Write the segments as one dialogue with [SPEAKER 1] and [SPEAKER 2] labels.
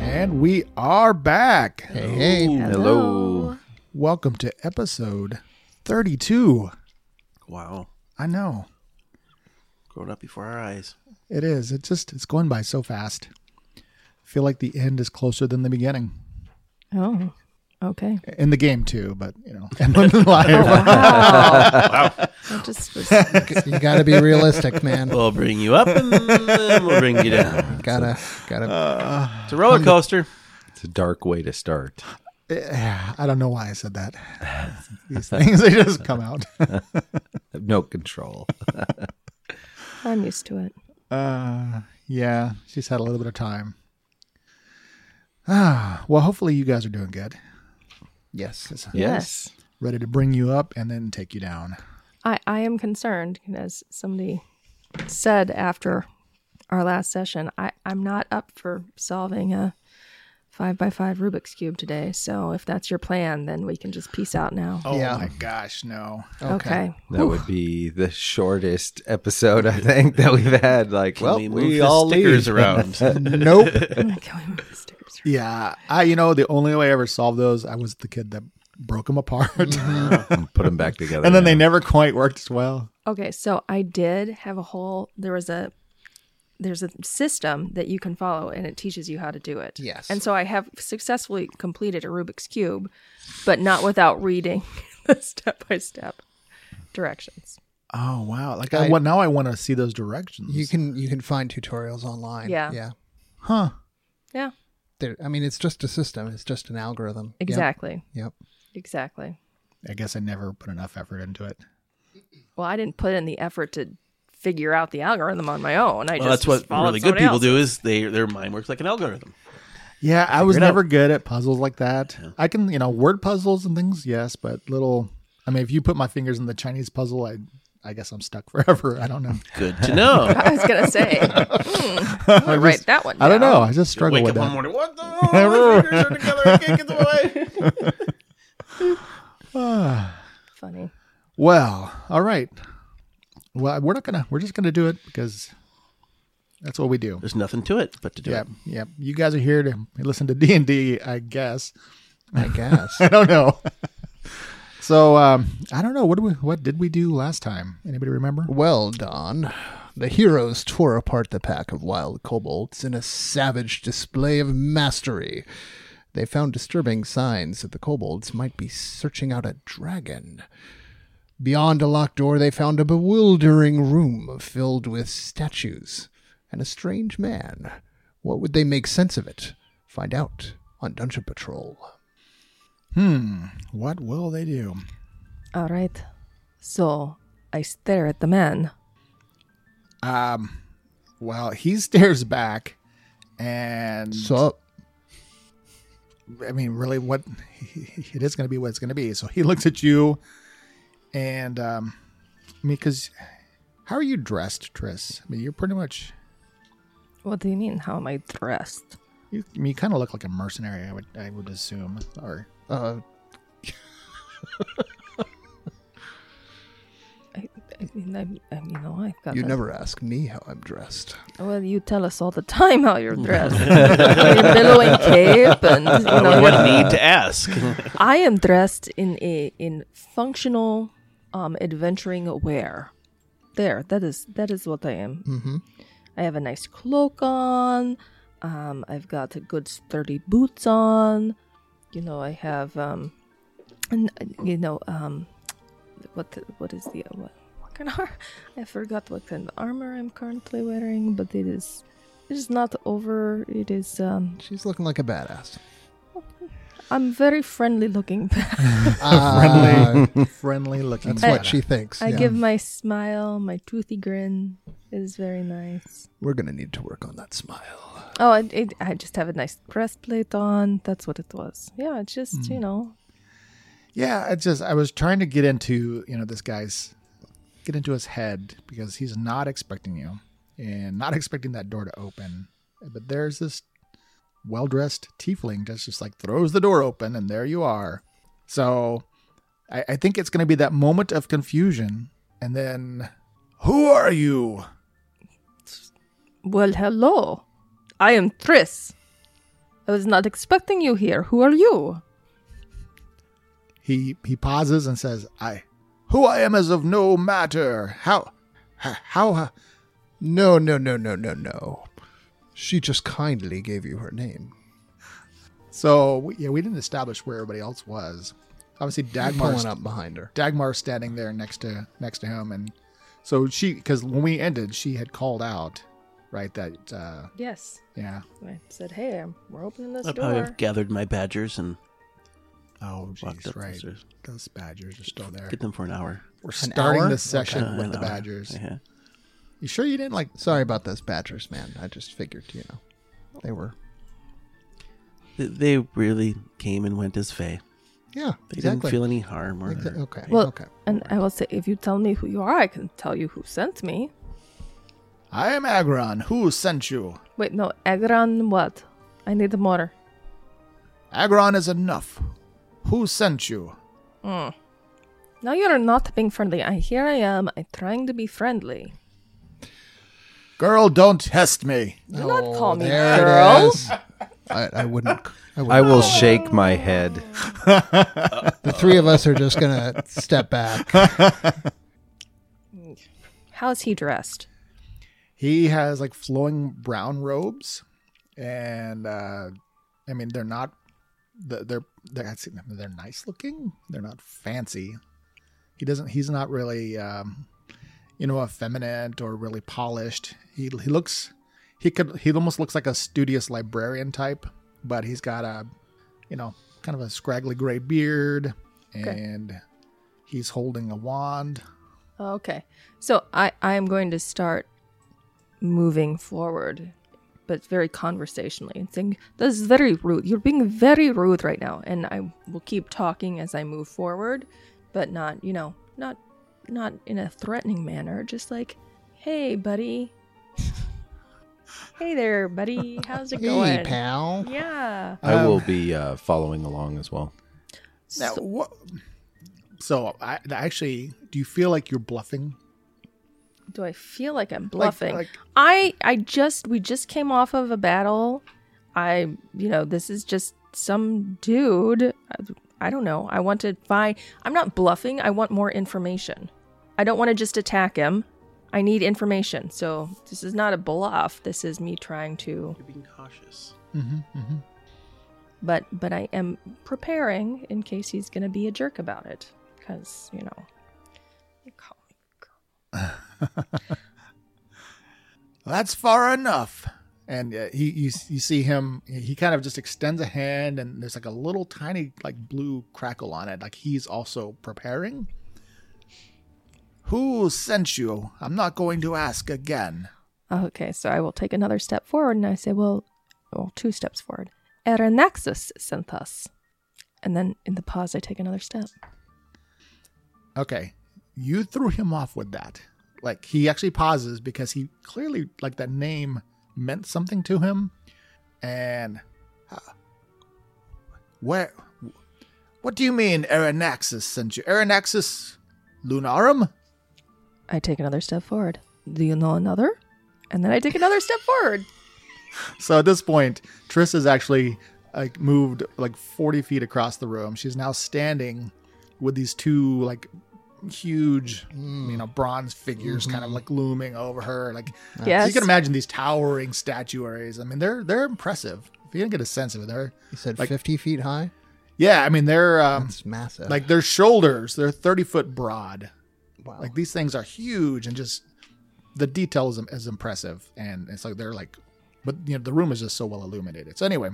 [SPEAKER 1] And we are back.
[SPEAKER 2] Hey, hey.
[SPEAKER 3] Hello.
[SPEAKER 1] Welcome to episode 32.
[SPEAKER 3] Wow.
[SPEAKER 1] I know.
[SPEAKER 3] Growing up before our eyes.
[SPEAKER 1] It is. It just it's going by so fast. I feel like the end is closer than the beginning.
[SPEAKER 2] Oh, okay.
[SPEAKER 1] In the game too, but you know, and in life.
[SPEAKER 2] I just was
[SPEAKER 4] you got to be realistic, man.
[SPEAKER 3] We'll bring you up and then we'll bring you down.
[SPEAKER 4] Gotta, gotta.
[SPEAKER 1] Uh,
[SPEAKER 3] It's a roller coaster.
[SPEAKER 5] It's a dark way to start.
[SPEAKER 1] I don't know why I said that. These things they just come out.
[SPEAKER 5] No control.
[SPEAKER 2] I'm used to it.
[SPEAKER 1] Yeah, she's had a little bit of time. Ah, well, hopefully you guys are doing good.
[SPEAKER 4] yes.
[SPEAKER 5] Yes.
[SPEAKER 1] Ready to bring you up and then take you down.
[SPEAKER 2] I, I am concerned, as somebody said after our last session, I, I'm not up for solving a five by five Rubik's Cube today. So if that's your plan, then we can just peace out now.
[SPEAKER 1] Oh
[SPEAKER 4] Yeah.
[SPEAKER 1] my gosh, no.
[SPEAKER 2] okay.
[SPEAKER 5] That would be the shortest episode I think that we've had. Like, well, we,
[SPEAKER 3] we move the
[SPEAKER 5] all
[SPEAKER 3] stickers
[SPEAKER 5] leave.
[SPEAKER 3] around.
[SPEAKER 1] Nope.
[SPEAKER 2] Can we move the stairs?
[SPEAKER 1] Yeah, I you know the only way I ever solved those I was the kid that broke them apart, Mm-hmm.
[SPEAKER 5] and put them back together.
[SPEAKER 1] and then they
[SPEAKER 5] now.
[SPEAKER 1] never quite worked as well.
[SPEAKER 2] Okay, so I did have a whole there was a there's a system that you can follow and it teaches you how to do it.
[SPEAKER 4] Yes.
[SPEAKER 2] And so I have successfully completed a Rubik's cube, but not without reading the step-by-step directions.
[SPEAKER 1] Oh wow! Like I,
[SPEAKER 4] I-
[SPEAKER 1] want now I want to see those directions.
[SPEAKER 4] You can you can find tutorials online.
[SPEAKER 2] Yeah.
[SPEAKER 4] Yeah.
[SPEAKER 1] huh?
[SPEAKER 2] Yeah,
[SPEAKER 4] There, I mean, it's just a system. It's just an algorithm. Yep.
[SPEAKER 2] exactly.
[SPEAKER 4] Yep.
[SPEAKER 2] Exactly.
[SPEAKER 1] I guess I never put enough effort into it.
[SPEAKER 2] Well, I didn't put in the effort to figure out the algorithm on my own. I
[SPEAKER 3] Well,
[SPEAKER 2] just
[SPEAKER 3] that's what
[SPEAKER 2] followed
[SPEAKER 3] really good
[SPEAKER 2] somebody
[SPEAKER 3] people
[SPEAKER 2] else.
[SPEAKER 3] do is they their mind works like an algorithm.
[SPEAKER 1] Yeah, I was
[SPEAKER 3] it out.
[SPEAKER 1] never good at puzzles like that. I can you know word puzzles and things, yes, but little. I mean, if you put my fingers in the Chinese puzzle, I I guess I'm stuck forever. I don't know.
[SPEAKER 3] Good to know.
[SPEAKER 2] I was going to say. hmm, I'm gonna write that one.
[SPEAKER 1] I don't
[SPEAKER 2] down.
[SPEAKER 1] know. I just struggle
[SPEAKER 3] Wake
[SPEAKER 1] with
[SPEAKER 3] up one
[SPEAKER 1] that.
[SPEAKER 3] morning. What the? My fingers are together. I can't get them away.
[SPEAKER 2] Funny.
[SPEAKER 1] Well, all right. Well, we're not gonna. We're just gonna do it because that's what we do.
[SPEAKER 3] There's nothing to it but to do
[SPEAKER 1] Yeah,
[SPEAKER 3] it.
[SPEAKER 1] yeah. You guys are here to listen to D and D, I guess.
[SPEAKER 4] I guess.
[SPEAKER 1] I don't know. so um, I don't know. What do we? What did we do last time? Anybody remember?
[SPEAKER 4] Well, Don, the heroes tore apart the pack of wild kobolds in a savage display of mastery. They found disturbing signs that the kobolds might be searching out a dragon. Beyond a locked door, they found a bewildering room filled with statues and a strange man. What would they make sense of it? Find out on Dungeon Patrol.
[SPEAKER 1] What will they do?
[SPEAKER 2] All right. So I stare at the man.
[SPEAKER 1] Um, well, he stares back, and
[SPEAKER 4] So,
[SPEAKER 1] I mean, really, what it is going to be, what it's going to be. So he looks at you, and um, I mean, because how are you dressed, Tris? I mean, you're pretty much.
[SPEAKER 2] What do you mean? How am I dressed?
[SPEAKER 1] You, I mean, you kind of look like a mercenary. I would, I would assume, or
[SPEAKER 4] uh,
[SPEAKER 2] I, I mean, I, I mean, oh, I've got.
[SPEAKER 4] you
[SPEAKER 2] a-
[SPEAKER 4] never ask me how I'm dressed.
[SPEAKER 2] Well, you tell us all the time how you're dressed. Your billowing cape, and you know,
[SPEAKER 3] What
[SPEAKER 2] you're-
[SPEAKER 3] need to ask?
[SPEAKER 2] I am dressed in a in functional, um, adventuring wear. There, that is that is what I am.
[SPEAKER 4] Mm-hmm.
[SPEAKER 2] I have a nice cloak on. Um, I've got good sturdy boots on. You know, I have um, and you know um, what the- what is the what, what kind of ar- I forgot what kind of armor I'm currently wearing, but it is it is not over. It is um,
[SPEAKER 4] She's looking like a badass.
[SPEAKER 2] I'm very friendly looking.
[SPEAKER 4] Ah,
[SPEAKER 1] friendly looking.
[SPEAKER 4] That's
[SPEAKER 2] I-
[SPEAKER 4] what she thinks.
[SPEAKER 2] I
[SPEAKER 4] yeah.
[SPEAKER 2] give my smile, my toothy grin is very nice.
[SPEAKER 4] We're gonna need to work on that smile.
[SPEAKER 2] Oh, I, it, I just have a nice breastplate on. That's what it was. Yeah, it's just you
[SPEAKER 4] Mm.
[SPEAKER 2] know
[SPEAKER 1] Yeah, it's just I was trying to get into you know this guy's get into his head because he's not expecting you and not expecting that door to open. But there's this well dressed tiefling just just like throws the door open and there you are. So I, I think it's going to be that moment of confusion and then who are you?
[SPEAKER 2] Well, hello. I am Triss. I was not expecting you here. Who are you?
[SPEAKER 1] He he pauses and says, "I, who I am is of no matter. How, h- how, uh,
[SPEAKER 4] No, no, no, no, no, no. She just kindly gave you her name.
[SPEAKER 1] So we- yeah, we didn't establish where everybody else was. Obviously, Dagmar's
[SPEAKER 4] Pulling up behind her.
[SPEAKER 1] Dagmar's standing there next to next to him, and so she because when we ended, she had called out, right? That uh,
[SPEAKER 2] Yes.
[SPEAKER 1] yeah.
[SPEAKER 2] I said, hey, we're opening this
[SPEAKER 3] I probably have gathered my badgers and
[SPEAKER 1] Oh,
[SPEAKER 3] walked
[SPEAKER 1] jeez,
[SPEAKER 3] up
[SPEAKER 1] right.
[SPEAKER 3] right.
[SPEAKER 1] Those Badgers are still there.
[SPEAKER 3] Get them for an hour.
[SPEAKER 1] We're starting
[SPEAKER 4] hour?
[SPEAKER 1] the session
[SPEAKER 3] Uh,
[SPEAKER 1] with
[SPEAKER 3] an
[SPEAKER 1] the
[SPEAKER 3] hour.
[SPEAKER 1] Badgers.
[SPEAKER 3] Yeah.
[SPEAKER 1] You sure you didn't like?
[SPEAKER 4] Sorry about those badgers, man. I just figured, you know, they were.
[SPEAKER 3] They- They really came and went as Faye.
[SPEAKER 4] Yeah,
[SPEAKER 3] They
[SPEAKER 4] exactly.
[SPEAKER 3] didn't feel any harm or
[SPEAKER 4] Exa- okay.
[SPEAKER 2] Well,
[SPEAKER 4] okay.
[SPEAKER 2] and I will say, if you tell me who you are, I can tell you who sent me.
[SPEAKER 1] I am Agron. Who sent you?
[SPEAKER 2] Wait, no, Agron, what? I need more.
[SPEAKER 1] Agron is enough. Who sent you?
[SPEAKER 2] Now you're not being friendly. I here I am. I'm trying to be friendly.
[SPEAKER 1] Girl, don't test me.
[SPEAKER 2] Do not call me
[SPEAKER 4] Oh, there
[SPEAKER 2] girl.
[SPEAKER 4] It is. I, I wouldn't. I wouldn't.
[SPEAKER 5] I will shake my head.
[SPEAKER 4] the three of us are just gonna step back.
[SPEAKER 2] How's he dressed?
[SPEAKER 1] He has like flowing brown robes, and uh, I mean they're not they're they're they're, they're nice looking. They're not fancy. He doesn't. He's not really um, you know effeminate or really polished. He he looks he could he almost looks like a studious librarian type, but he's got a you know kind of a scraggly gray beard, and he's holding a wand.
[SPEAKER 2] Oh, Okay. So I I am going to start moving forward, but very conversationally and saying, This is very rude. You're being very rude right now. And I will keep talking as I move forward, but not, you know, not not in a threatening manner, just like, hey buddy. hey there, buddy. How's it going?
[SPEAKER 4] Hey, pal.
[SPEAKER 2] Yeah.
[SPEAKER 4] Um,
[SPEAKER 5] I will be uh, following along as well.
[SPEAKER 1] Now, what? So, I actually, do you feel like you're bluffing?
[SPEAKER 2] Do I feel like I'm bluffing?
[SPEAKER 1] like-
[SPEAKER 2] I I just we just came off of a battle. I you know this is just some dude. I, I don't know. I want to find. I'm not bluffing. I want more information. I don't want to just attack him. I need information. So this is not a bluff. This is me trying to.
[SPEAKER 3] You're being cautious.
[SPEAKER 1] mm-hmm,
[SPEAKER 2] But but I am preparing in case he's gonna be a jerk about it. Because you know, you call me
[SPEAKER 1] That's far enough. And uh, he, you, you see him. He kind of just extends a hand, and there's like a little tiny like blue crackle on it. Like he's also preparing. Who sent you? I'm not going to ask again.
[SPEAKER 2] Okay, so I will take another step forward and I say, well, well two steps forward. Eranaxus sent us. And then in the pause, I take another step.
[SPEAKER 1] Okay, you threw him off with that. Like he actually pauses because he clearly like that name meant something to him, and uh, where? What do you mean, Aranaxis sent you? Aranaxis Lunarum?
[SPEAKER 2] I take another step forward. Do you know another? And then I take another step forward.
[SPEAKER 1] So at this point, Triss is actually like moved like forty feet across the room. She's now standing with these two like huge, you know, bronze figures kind of
[SPEAKER 4] Mm-hmm.
[SPEAKER 1] like looming over her, like.
[SPEAKER 2] yes.
[SPEAKER 1] You can imagine these towering statuaries. I mean, they're they're impressive. If you didn't get a sense of it, they're
[SPEAKER 4] You said
[SPEAKER 1] Like-
[SPEAKER 4] fifty feet high.
[SPEAKER 1] yeah. I mean, they're um,
[SPEAKER 4] That's massive.
[SPEAKER 1] like their shoulders. They're thirty foot broad.
[SPEAKER 4] wow.
[SPEAKER 1] Like these things are huge, and just the detail is, is impressive. And it's like they're like, but you know, the room is just so well illuminated. So anyway,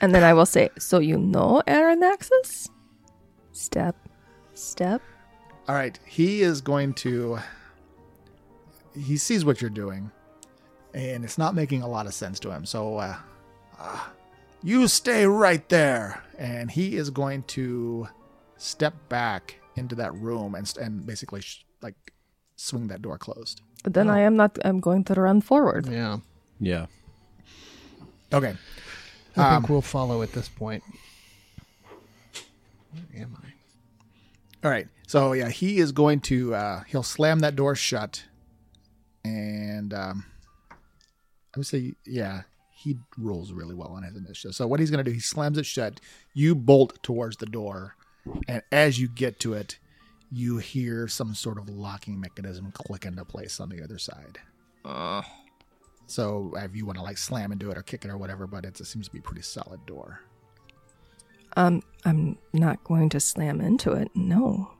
[SPEAKER 2] and then I will say, so you know Eranaxus? Step, step.
[SPEAKER 1] all right, he is going to. He sees what you're doing, and it's not making a lot of sense to him. So, uh, ah, you stay right there, and he is going to step back into that room and st- and basically sh- like swing that door closed.
[SPEAKER 2] But then I am not, I'm going to run forward.
[SPEAKER 4] yeah.
[SPEAKER 5] Yeah.
[SPEAKER 1] Okay,
[SPEAKER 4] I
[SPEAKER 1] Um,
[SPEAKER 4] think we'll follow at this point. Where am I?
[SPEAKER 1] all right. So yeah, he is going to uh, he'll slam that door shut, and um, I would say yeah, he rolls really well on his initiative. So what he's going to do, he slams it shut. You bolt towards the door, and as you get to it, you hear some sort of locking mechanism click into place on the other side.
[SPEAKER 6] Uh,
[SPEAKER 1] So if you want to like slam into it or kick it or whatever, but it's, it seems to be a pretty solid door.
[SPEAKER 2] Um, I'm not going to slam into it. No,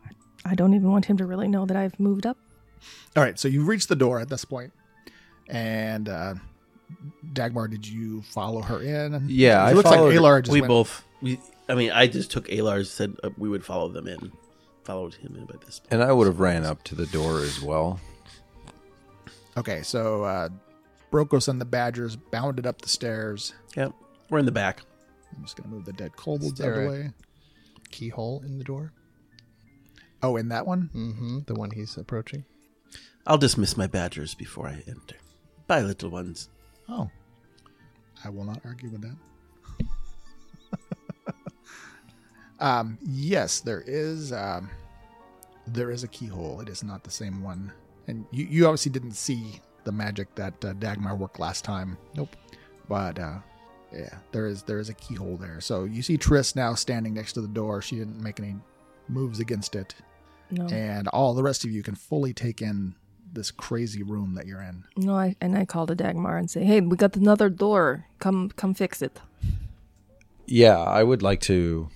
[SPEAKER 2] I don't even want him to really know that I've moved up.
[SPEAKER 1] All right, so you've reached the door at this point, and uh, Dagmar, did you follow her in?
[SPEAKER 5] Yeah,
[SPEAKER 1] it
[SPEAKER 5] I
[SPEAKER 1] looks
[SPEAKER 5] followed-
[SPEAKER 1] like Alar just
[SPEAKER 3] Oh, we
[SPEAKER 1] went-
[SPEAKER 3] both. We, I mean, I just took Alar's. Said uh, we would follow them in. Followed him in by this point.
[SPEAKER 5] And I would have ran up to the door as well.
[SPEAKER 1] Okay, so uh, Brokos and the Badgers bounded up the stairs.
[SPEAKER 3] Yep. We're in the back.
[SPEAKER 1] I'm just gonna move the dead kobolds
[SPEAKER 4] Is
[SPEAKER 1] out of
[SPEAKER 4] there
[SPEAKER 1] the
[SPEAKER 4] a-
[SPEAKER 1] way.
[SPEAKER 4] Keyhole in the door.
[SPEAKER 1] Oh, in that one,
[SPEAKER 4] Mm-hmm. The one he's approaching.
[SPEAKER 3] I'll dismiss my badgers before I enter. Bye, little ones.
[SPEAKER 1] Oh. I will not argue with that. um, yes, there is um, there is a keyhole. It is not the same one. And you, you obviously didn't see the magic that uh, Dagmar worked last time. Nope. But uh, yeah, there is there is a keyhole there. So you see Triss now standing next to the door. She didn't make any moves against it.
[SPEAKER 2] No,
[SPEAKER 1] And all the rest of you can fully take in this crazy room that you're in.
[SPEAKER 2] no. I and I call to Dagmar and say, "Hey, we got another door. Come, come fix it."
[SPEAKER 5] Yeah, I would like to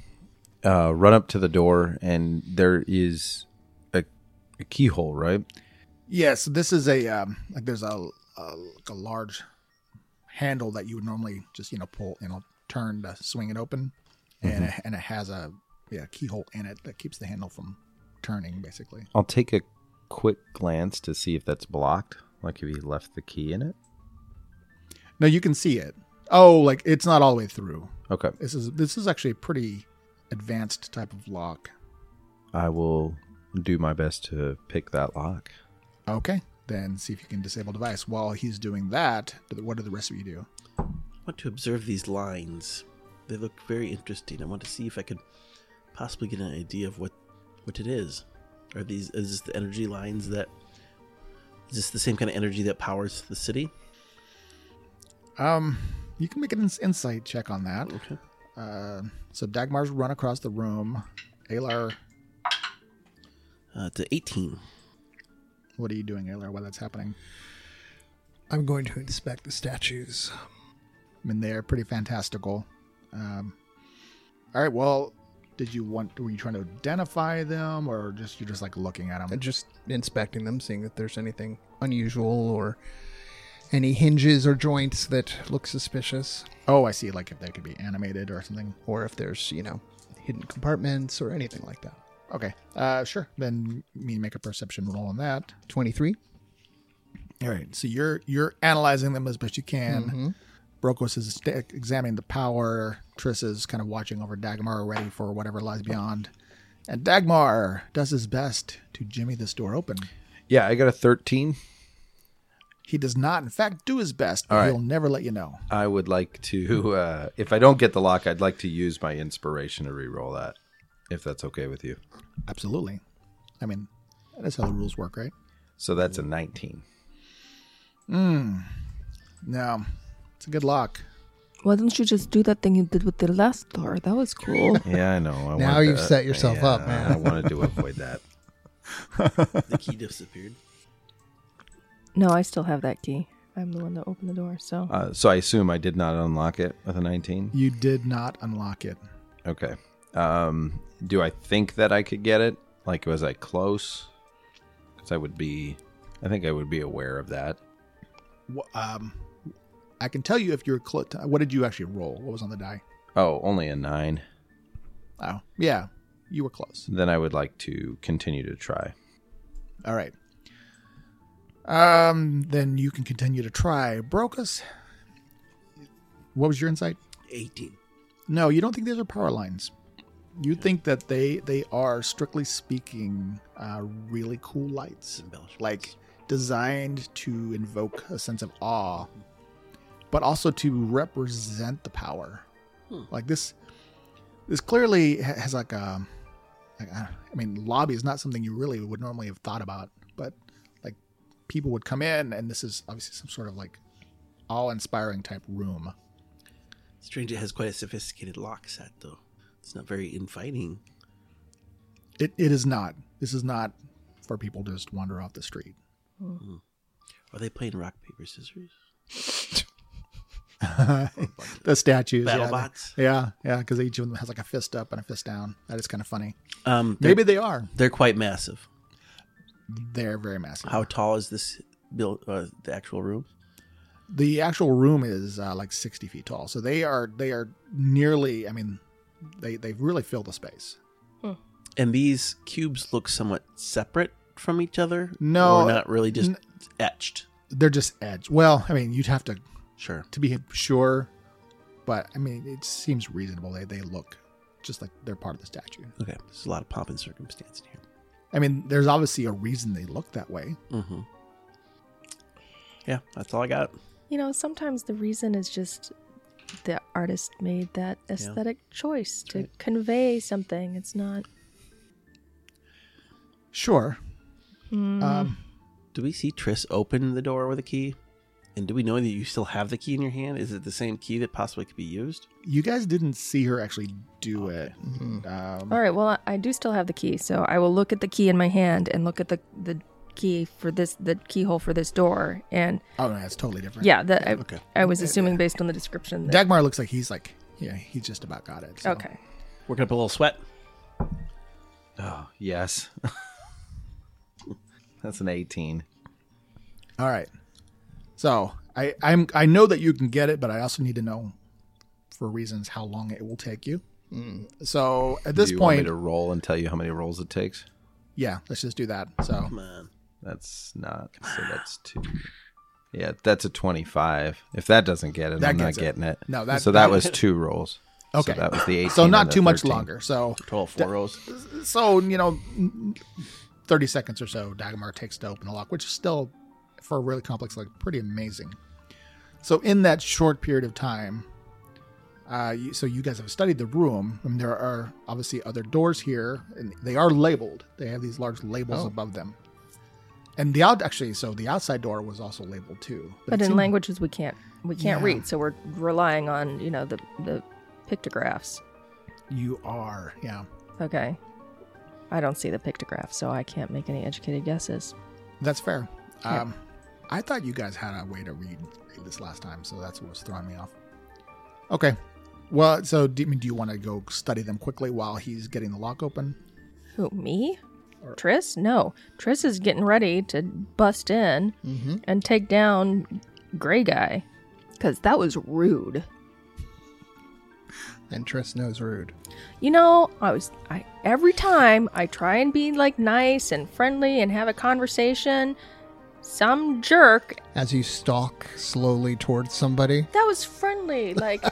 [SPEAKER 5] uh, run up to the door, and there is a, a keyhole, right?
[SPEAKER 1] Yes, this is a um, like there's a, a like a large handle that you would normally just you know pull you know turn to swing it open, and it, and it has a yeah keyhole in it that keeps the handle from turning basically.
[SPEAKER 5] I'll take a quick glance to see if that's blocked. Like if he left the key in it.
[SPEAKER 1] No, you can see it. Oh, like it's not all the way through.
[SPEAKER 5] Okay,
[SPEAKER 1] This is this is actually a pretty advanced type of lock.
[SPEAKER 5] I will do my best to pick that lock.
[SPEAKER 1] Okay, then see if you can disable device. While he's doing that, what do the rest of you do?
[SPEAKER 3] I want to observe these lines. They look very interesting. I want to see if I could possibly get an idea of what what it is. Are these is this the energy lines that is this the same kind of energy that powers the city?
[SPEAKER 1] Um, you can make an ins- insight check on that.
[SPEAKER 3] Okay.
[SPEAKER 1] Uh, so Dagmar's run across the room. Alar,
[SPEAKER 3] Uh, it's a 18.
[SPEAKER 1] what are you doing, Alar, while that's happening?
[SPEAKER 4] I'm going to inspect the statues.
[SPEAKER 1] I mean, they're pretty fantastical. Um, all right, well, did you want, were you trying to identify them or just, you're just like looking at
[SPEAKER 4] And
[SPEAKER 1] them?
[SPEAKER 4] Uh, just inspecting them, seeing if there's anything unusual or any hinges or joints that look suspicious,
[SPEAKER 1] Oh, I see, like if they could be animated or something.
[SPEAKER 4] or if there's, you know, hidden compartments or anything like that.
[SPEAKER 1] Okay, uh, sure. Then me make a perception roll on that.
[SPEAKER 4] 23.
[SPEAKER 1] All right, so you're you're analyzing them as best you can.
[SPEAKER 5] Mm-hmm.
[SPEAKER 1] Brokos is sta- examining the power. Triss is kind of watching over Dagmar, ready for whatever lies beyond. And Dagmar does his best to jimmy this door open.
[SPEAKER 5] Yeah, I got a thirteen.
[SPEAKER 1] He does not, in fact, do his best, but
[SPEAKER 5] All right.
[SPEAKER 1] he'll never let you know.
[SPEAKER 5] I would like to. Uh, if I don't get the lock, I'd like to use my inspiration to reroll that, if that's okay with you.
[SPEAKER 1] Absolutely. I mean, that's how the rules work, right?
[SPEAKER 5] So that's a nineteen.
[SPEAKER 1] No, it's a good lock.
[SPEAKER 2] Why don't you just do that thing you did with the last door? That was cool.
[SPEAKER 5] Yeah, I know. I
[SPEAKER 4] Now
[SPEAKER 5] wanted
[SPEAKER 4] you've
[SPEAKER 5] to-
[SPEAKER 4] set yourself
[SPEAKER 5] yeah,
[SPEAKER 4] up, man.
[SPEAKER 5] I wanted to avoid that.
[SPEAKER 3] The key disappeared.
[SPEAKER 2] no, I still have that key. I'm the one that opened the door. So
[SPEAKER 5] Uh, so I assume I did not unlock it with a 19.
[SPEAKER 1] You did not unlock it.
[SPEAKER 5] Okay. Um, do I think that I could get it? Like, was I close? Because I would be, I think I would be aware of that.
[SPEAKER 1] Wh- Um, I can tell you if you're close. What did you actually roll? What was on the die?
[SPEAKER 5] Oh, only a nine.
[SPEAKER 1] Oh, yeah, you were close.
[SPEAKER 5] Then I would like to continue to try.
[SPEAKER 1] All right. Um, then you can continue to try. Brocus, what was your insight?
[SPEAKER 3] 18.
[SPEAKER 1] No, you don't think these are power lines. You think that they they are strictly speaking uh, really cool lights,
[SPEAKER 3] Embellishments.
[SPEAKER 1] like designed to invoke a sense of awe, but also to represent the power. Like this, this clearly ha- has like a, like, I I mean, lobby is not something you really would normally have thought about, but like people would come in, and this is obviously some sort of like awe-inspiring type room.
[SPEAKER 3] Strange, it has quite a sophisticated lock set, though. It's not very inviting.
[SPEAKER 1] It, it is not. This is not for people to just wander off the street.
[SPEAKER 3] Are they playing rock, paper, scissors?
[SPEAKER 1] the statues,
[SPEAKER 3] Battle
[SPEAKER 1] yeah,
[SPEAKER 3] bots?
[SPEAKER 1] yeah, yeah, because each of them has like a fist up and a fist down. That is kind of funny.
[SPEAKER 3] Um, they're,
[SPEAKER 1] Maybe they are.
[SPEAKER 3] they're quite massive.
[SPEAKER 1] They're very massive.
[SPEAKER 3] How tall is this build? Uh, the actual room?
[SPEAKER 1] the actual room is uh, like 60 feet tall so they are they are nearly i mean they they really fill the space
[SPEAKER 3] And these cubes look somewhat separate from each other.
[SPEAKER 1] No,
[SPEAKER 3] or not really, just
[SPEAKER 1] n-
[SPEAKER 3] etched.
[SPEAKER 1] they're just edge well i mean you'd have to
[SPEAKER 3] Sure.
[SPEAKER 1] to be sure but i mean it seems reasonable they they look just like they're part of the statue
[SPEAKER 3] Okay. There's a lot of pomp and circumstance in
[SPEAKER 1] i mean there's obviously a reason they look that way
[SPEAKER 3] here. Mm-hmm. Yeah, that's all I got.
[SPEAKER 2] You know, sometimes the reason is just the artist made that aesthetic choice to
[SPEAKER 3] right.
[SPEAKER 2] convey something. It's not.
[SPEAKER 1] sure
[SPEAKER 2] Hmm.
[SPEAKER 1] um
[SPEAKER 3] Do we see Triss open the door with a key? And do we know that you still have the key in your hand? Is it the same key that possibly could be used?
[SPEAKER 1] you guys didn't see her actually do it um,
[SPEAKER 2] Oh. Mm-hmm. All right. Well, I, I do still have the key, so I will look at the key in my hand and look at the the key for this the keyhole for this door. And
[SPEAKER 1] oh no that's totally different
[SPEAKER 2] yeah, that I,
[SPEAKER 3] Okay.
[SPEAKER 2] I was assuming based on the description. That,
[SPEAKER 1] dagmar looks like he's like yeah he just about got it so.
[SPEAKER 2] okay.
[SPEAKER 3] Working up a little sweat.
[SPEAKER 5] Oh, yes. That's an 18.
[SPEAKER 1] All right. So I I'm I know that you can get it, but I also need to know for reasons how long it will take you.
[SPEAKER 2] Hmm.
[SPEAKER 1] So at this
[SPEAKER 5] Do you want me
[SPEAKER 1] point,
[SPEAKER 5] to roll and tell you how many rolls it takes?
[SPEAKER 1] yeah, let's just do that. So
[SPEAKER 3] Come on.
[SPEAKER 5] That's not. So that's two. Yeah, that's a 25. If that doesn't get it,
[SPEAKER 1] That
[SPEAKER 5] I'm not
[SPEAKER 1] gets it.
[SPEAKER 5] getting it.
[SPEAKER 1] No, that-
[SPEAKER 5] so that, was two rolls. So
[SPEAKER 1] Okay.
[SPEAKER 5] that was the 18.
[SPEAKER 1] so
[SPEAKER 5] and
[SPEAKER 1] not
[SPEAKER 5] the
[SPEAKER 1] too much
[SPEAKER 5] 13.
[SPEAKER 1] longer. So
[SPEAKER 3] Total four rows.
[SPEAKER 1] so you know, thirty seconds or so. Dagmar takes to open the lock, which is still for a really complex like pretty amazing. So in that short period of time, uh, you, so you guys have studied the room. I mean, there are obviously other doors here, and they are labeled. They have these large labels above them. And the out actually, so the outside door was also labeled too. it
[SPEAKER 2] But in
[SPEAKER 1] seemed-
[SPEAKER 2] languages we can't we can't
[SPEAKER 1] Yeah.
[SPEAKER 2] read, so we're relying on you know the the pictographs.
[SPEAKER 1] you are, yeah.
[SPEAKER 2] Okay. I don't see the pictograph, so I can't make any educated guesses.
[SPEAKER 1] That's fair.
[SPEAKER 2] Yeah.
[SPEAKER 1] Um, I thought you guys had a way to read, read this last time, so that's what was throwing me off. Okay. Well, so do, I mean, do you want to go study them quickly while he's getting the lock open?
[SPEAKER 2] Who, me? Triss? No. Triss is getting ready to bust in and take down Grey Guy. Because that was rude.
[SPEAKER 4] And Triss knows rude.
[SPEAKER 2] You know, I was. I Every time I try and be like nice and friendly and have a conversation, some jerk
[SPEAKER 4] As you stalk slowly towards somebody,
[SPEAKER 2] that was friendly. Like,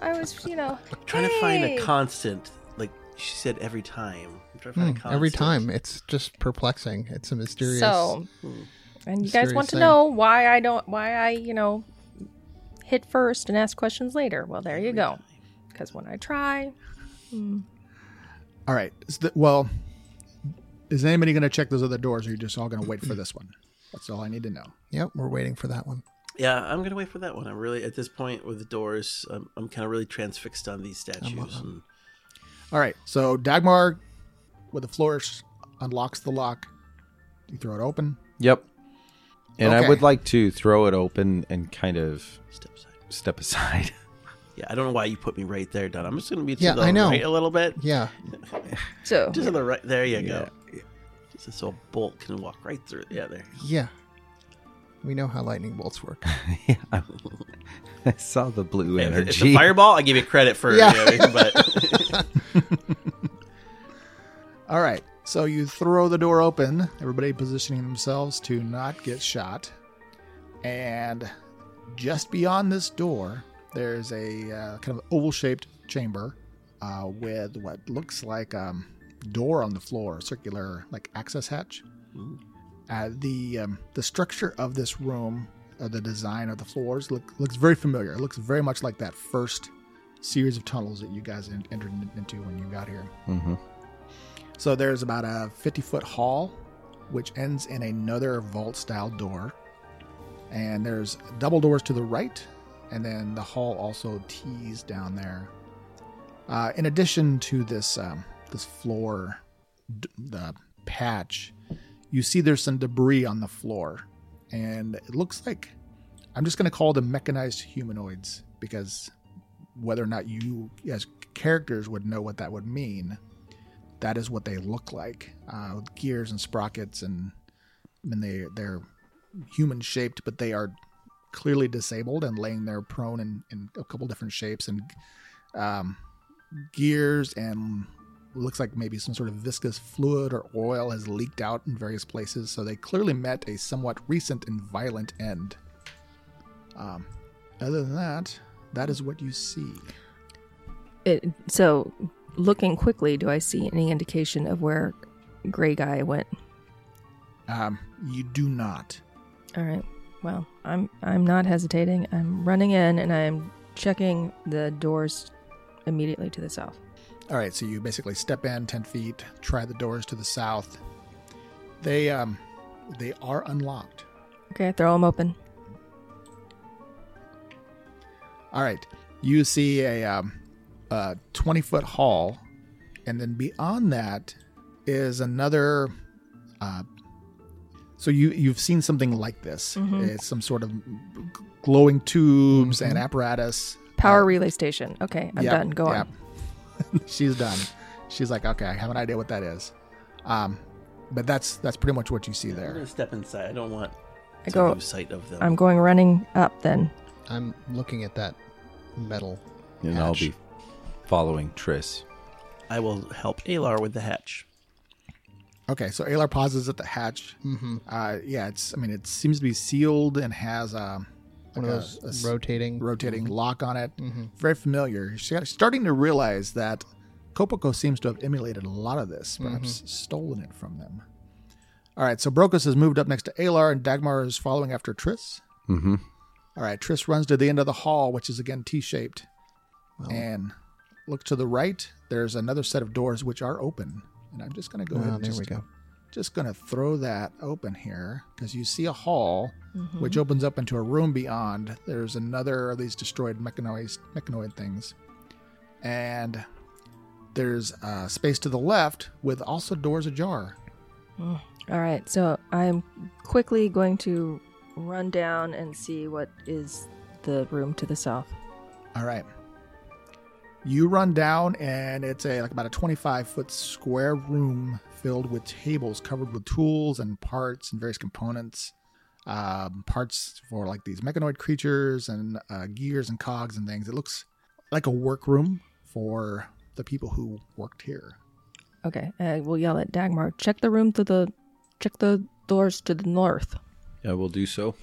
[SPEAKER 2] I was, you know.
[SPEAKER 3] trying to find a
[SPEAKER 2] hey.
[SPEAKER 3] constant. Like she said, every time. I'm trying to find a constant.
[SPEAKER 4] Hmm, every time it's just perplexing. It's a mysterious.
[SPEAKER 2] So,
[SPEAKER 1] Hmm.
[SPEAKER 2] and you guys
[SPEAKER 4] Mysterious
[SPEAKER 2] want to
[SPEAKER 4] thing.
[SPEAKER 2] know why I don't, why I, you know, hit first and ask questions later. Well, there you go. Because when I try,
[SPEAKER 1] All right. Is the- well, is anybody going to check those other doors, or are you just all going to wait for this one? That's all I need to know.
[SPEAKER 4] Yep, we're waiting for that one.
[SPEAKER 3] Yeah, I'm gonna wait for that one. I'm really at this point with the doors. I'm, I'm kind of really transfixed on these statues. And
[SPEAKER 1] All right. So Dagmar, with a flourish, unlocks the lock. You throw it open.
[SPEAKER 5] Yep. And
[SPEAKER 1] Okay.
[SPEAKER 5] I would like to throw it open and kind of
[SPEAKER 3] step aside.
[SPEAKER 5] step aside.
[SPEAKER 3] Yeah, I don't know why you put me right there, Don. I'm just gonna be to
[SPEAKER 4] Yeah,
[SPEAKER 3] the
[SPEAKER 4] I know.
[SPEAKER 3] right a little bit.
[SPEAKER 4] Yeah,
[SPEAKER 2] so
[SPEAKER 3] Just on the right. There you go. Just this old bolt can walk right through. Yeah, there.
[SPEAKER 4] yeah. We know how lightning bolts work.
[SPEAKER 5] yeah. I, I saw the blue
[SPEAKER 3] If- If it's
[SPEAKER 5] energy.
[SPEAKER 3] a fireball, I give you credit for
[SPEAKER 4] Yeah.
[SPEAKER 3] it. anyway, but
[SPEAKER 1] All right. So you throw the door open, everybody positioning themselves to not get shot. And just beyond this door, there's a uh, kind of oval shaped chamber uh, with what looks like a um, door on the floor, circular like access hatch. Uh, the um, the structure of this room, uh, the design of the floors look, looks very familiar. It looks very much like that first series of tunnels that you guys en- entered into when you got here. So there's about a 50 foot hall, which ends in another vault style door. And there's double doors to the right and then the hull also tees down there. Uh, in addition to this um, this floor, d- the patch, you see there's some debris on the floor, and it looks like I'm just going to call them mechanized humanoids because whether or not you as characters would know what that would mean, that is what they look like uh, with gears and sprockets, and I mean they they're human shaped, but they are clearly disabled and laying there prone in, in a couple different shapes and um, gears and looks like maybe some sort of viscous fluid or oil has leaked out in various places. So they clearly met a somewhat recent and violent end. Um, other than that, that is what you see.
[SPEAKER 2] It, so, looking quickly, do I see any indication of where Gray Guy went?
[SPEAKER 1] Um, you do not.
[SPEAKER 2] All right. Well, I'm I'm not hesitating. I'm running in and I'm checking the doors immediately to the south.
[SPEAKER 1] All right, so you basically step in ten feet, try the doors to the south. They um, they are unlocked.
[SPEAKER 2] Okay, throw them open.
[SPEAKER 1] All right, you see a um, a twenty foot hall, and then beyond that is another. Uh, so you you've seen something like this. It's some sort of glowing tubes and apparatus.
[SPEAKER 2] Power
[SPEAKER 1] Uh,
[SPEAKER 2] relay station. Okay, I'm
[SPEAKER 1] Yep,
[SPEAKER 2] done. Go on.
[SPEAKER 1] yep. She's done. She's like, okay, I have an idea what that is. Um, but that's that's pretty much what you see
[SPEAKER 3] I'm
[SPEAKER 1] there.
[SPEAKER 3] gonna step inside. I don't want
[SPEAKER 2] I
[SPEAKER 3] to
[SPEAKER 2] go-
[SPEAKER 3] lose sight of them.
[SPEAKER 2] I'm going running up then.
[SPEAKER 4] I'm looking at that metal.
[SPEAKER 5] And I'll be following Triss.
[SPEAKER 3] I will help Alar with the hatch.
[SPEAKER 1] Okay, so Alar pauses at the hatch. Mm-hmm. Uh, yeah, it's. I mean, it seems to be sealed and has um like
[SPEAKER 4] One of
[SPEAKER 1] a-
[SPEAKER 4] those uh,
[SPEAKER 1] a s-
[SPEAKER 4] rotating.
[SPEAKER 1] rotating lock on it.
[SPEAKER 4] Mm-hmm.
[SPEAKER 1] Very familiar. She's starting to realize that Kopoko seems to have emulated a lot of this, perhaps
[SPEAKER 4] Mm-hmm.
[SPEAKER 1] stolen it from them. All right, so Brocus has moved up next to Alar, and Dagmar is following after Triss.
[SPEAKER 5] Mm-hmm.
[SPEAKER 1] All right, Triss runs to the end of the hall, which is again T shaped.
[SPEAKER 4] Well,
[SPEAKER 1] And look to the right, there's another set of doors which are open. And I'm just going to go
[SPEAKER 4] Ah,
[SPEAKER 1] ahead and
[SPEAKER 4] there
[SPEAKER 1] uh, just,
[SPEAKER 4] we go.
[SPEAKER 1] just going to throw that open here because you see a hall which opens up into a room beyond. There's another of these destroyed mechanoid, mechanoid things. And there's a space to the left with also doors ajar.
[SPEAKER 2] All right, so I'm quickly going to run down and see what is the room to the south.
[SPEAKER 1] All right. You run down, and it's a like about a 25 foot square room filled with tables covered with tools and parts and various components. Um, parts for like these mechanoid creatures and uh, gears and cogs and things. It looks like a workroom for the people who worked here.
[SPEAKER 2] Okay, I will yell at Dagmar. Check the room to the, check the doors to the north.
[SPEAKER 5] I will do so.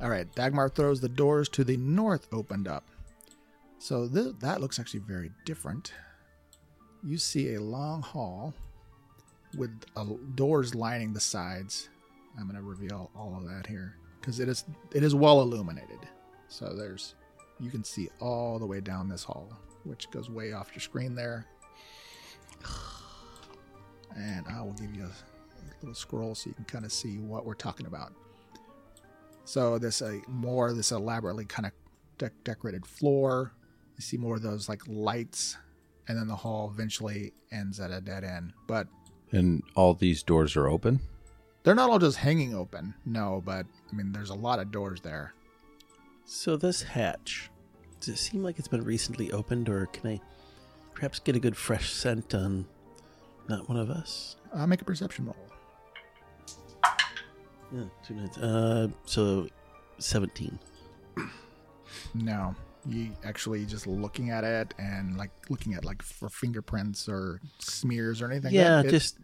[SPEAKER 1] All right, Dagmar throws the doors to the north opened up. So th- that looks actually very different. You see a long hall with uh, doors lining the sides. I'm going to reveal all of that here because it is it is well illuminated. So there's you can see all the way down this hall, which goes way off your screen there. And I will give you a little scroll so you can kind of see what we're talking about. So this uh, more this elaborately kind of dec- decorated floor. You see more of those like lights, and then the hall eventually ends at a dead end. But
[SPEAKER 5] And all these doors are open.
[SPEAKER 1] they're not all just hanging open. No, but I mean, there's a lot of doors there.
[SPEAKER 3] So this hatch, does it seem like it's been recently opened, or can I perhaps get a good fresh scent on not one of us?
[SPEAKER 1] Uh, make a perception roll.
[SPEAKER 3] Yeah, two nights. Uh, so seventeen.
[SPEAKER 1] No, you actually just looking at it and like looking at like for fingerprints or smears or anything.
[SPEAKER 3] yeah,
[SPEAKER 1] it,
[SPEAKER 3] just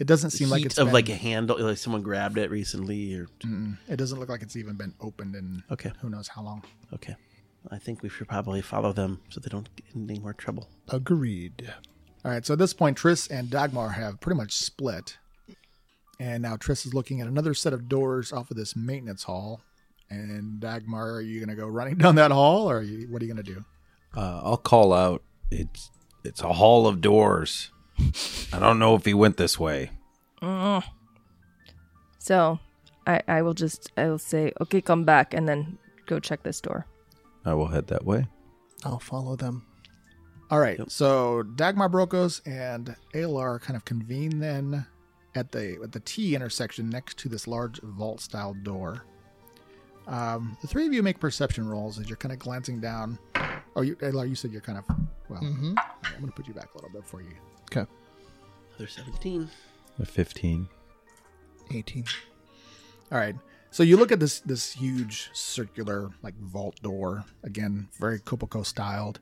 [SPEAKER 1] it doesn't seem like
[SPEAKER 3] heat
[SPEAKER 1] it's
[SPEAKER 3] of
[SPEAKER 1] been- Mm.
[SPEAKER 3] like a handle, like someone grabbed it recently, or
[SPEAKER 1] Mm-mm. it doesn't look like it's even been opened in
[SPEAKER 3] okay,
[SPEAKER 1] who knows how long.
[SPEAKER 3] okay. I think we should probably follow them so they don't get in any more trouble.
[SPEAKER 4] Agreed.
[SPEAKER 1] All right, so at this point, Triss and Dagmar have pretty much split. And now Triss is looking at another set of doors off of this maintenance hall. And Dagmar, are you going to go running down that hall or are you, what are you going to do?
[SPEAKER 5] Uh, I'll call out. It's it's a hall of doors. I don't know if he went this way.
[SPEAKER 2] Mm. So, I I will just I will say okay, come back, and then go check this door.
[SPEAKER 5] I will head that way.
[SPEAKER 4] I'll follow them.
[SPEAKER 1] All right.
[SPEAKER 3] Yep.
[SPEAKER 1] So Dagmar Brokos and Alar kind of convene then at the at the T intersection next to this large vault style door. Um, the three of you make perception rolls as you're kind of glancing down. Oh, you, Alar, you said you're kind of well. I'm going to put you back a little bit for you.
[SPEAKER 4] Okay.
[SPEAKER 3] Another 17.
[SPEAKER 5] A 15.
[SPEAKER 4] 18.
[SPEAKER 1] All right. So you look at this this huge circular like vault door again, very Copico styled.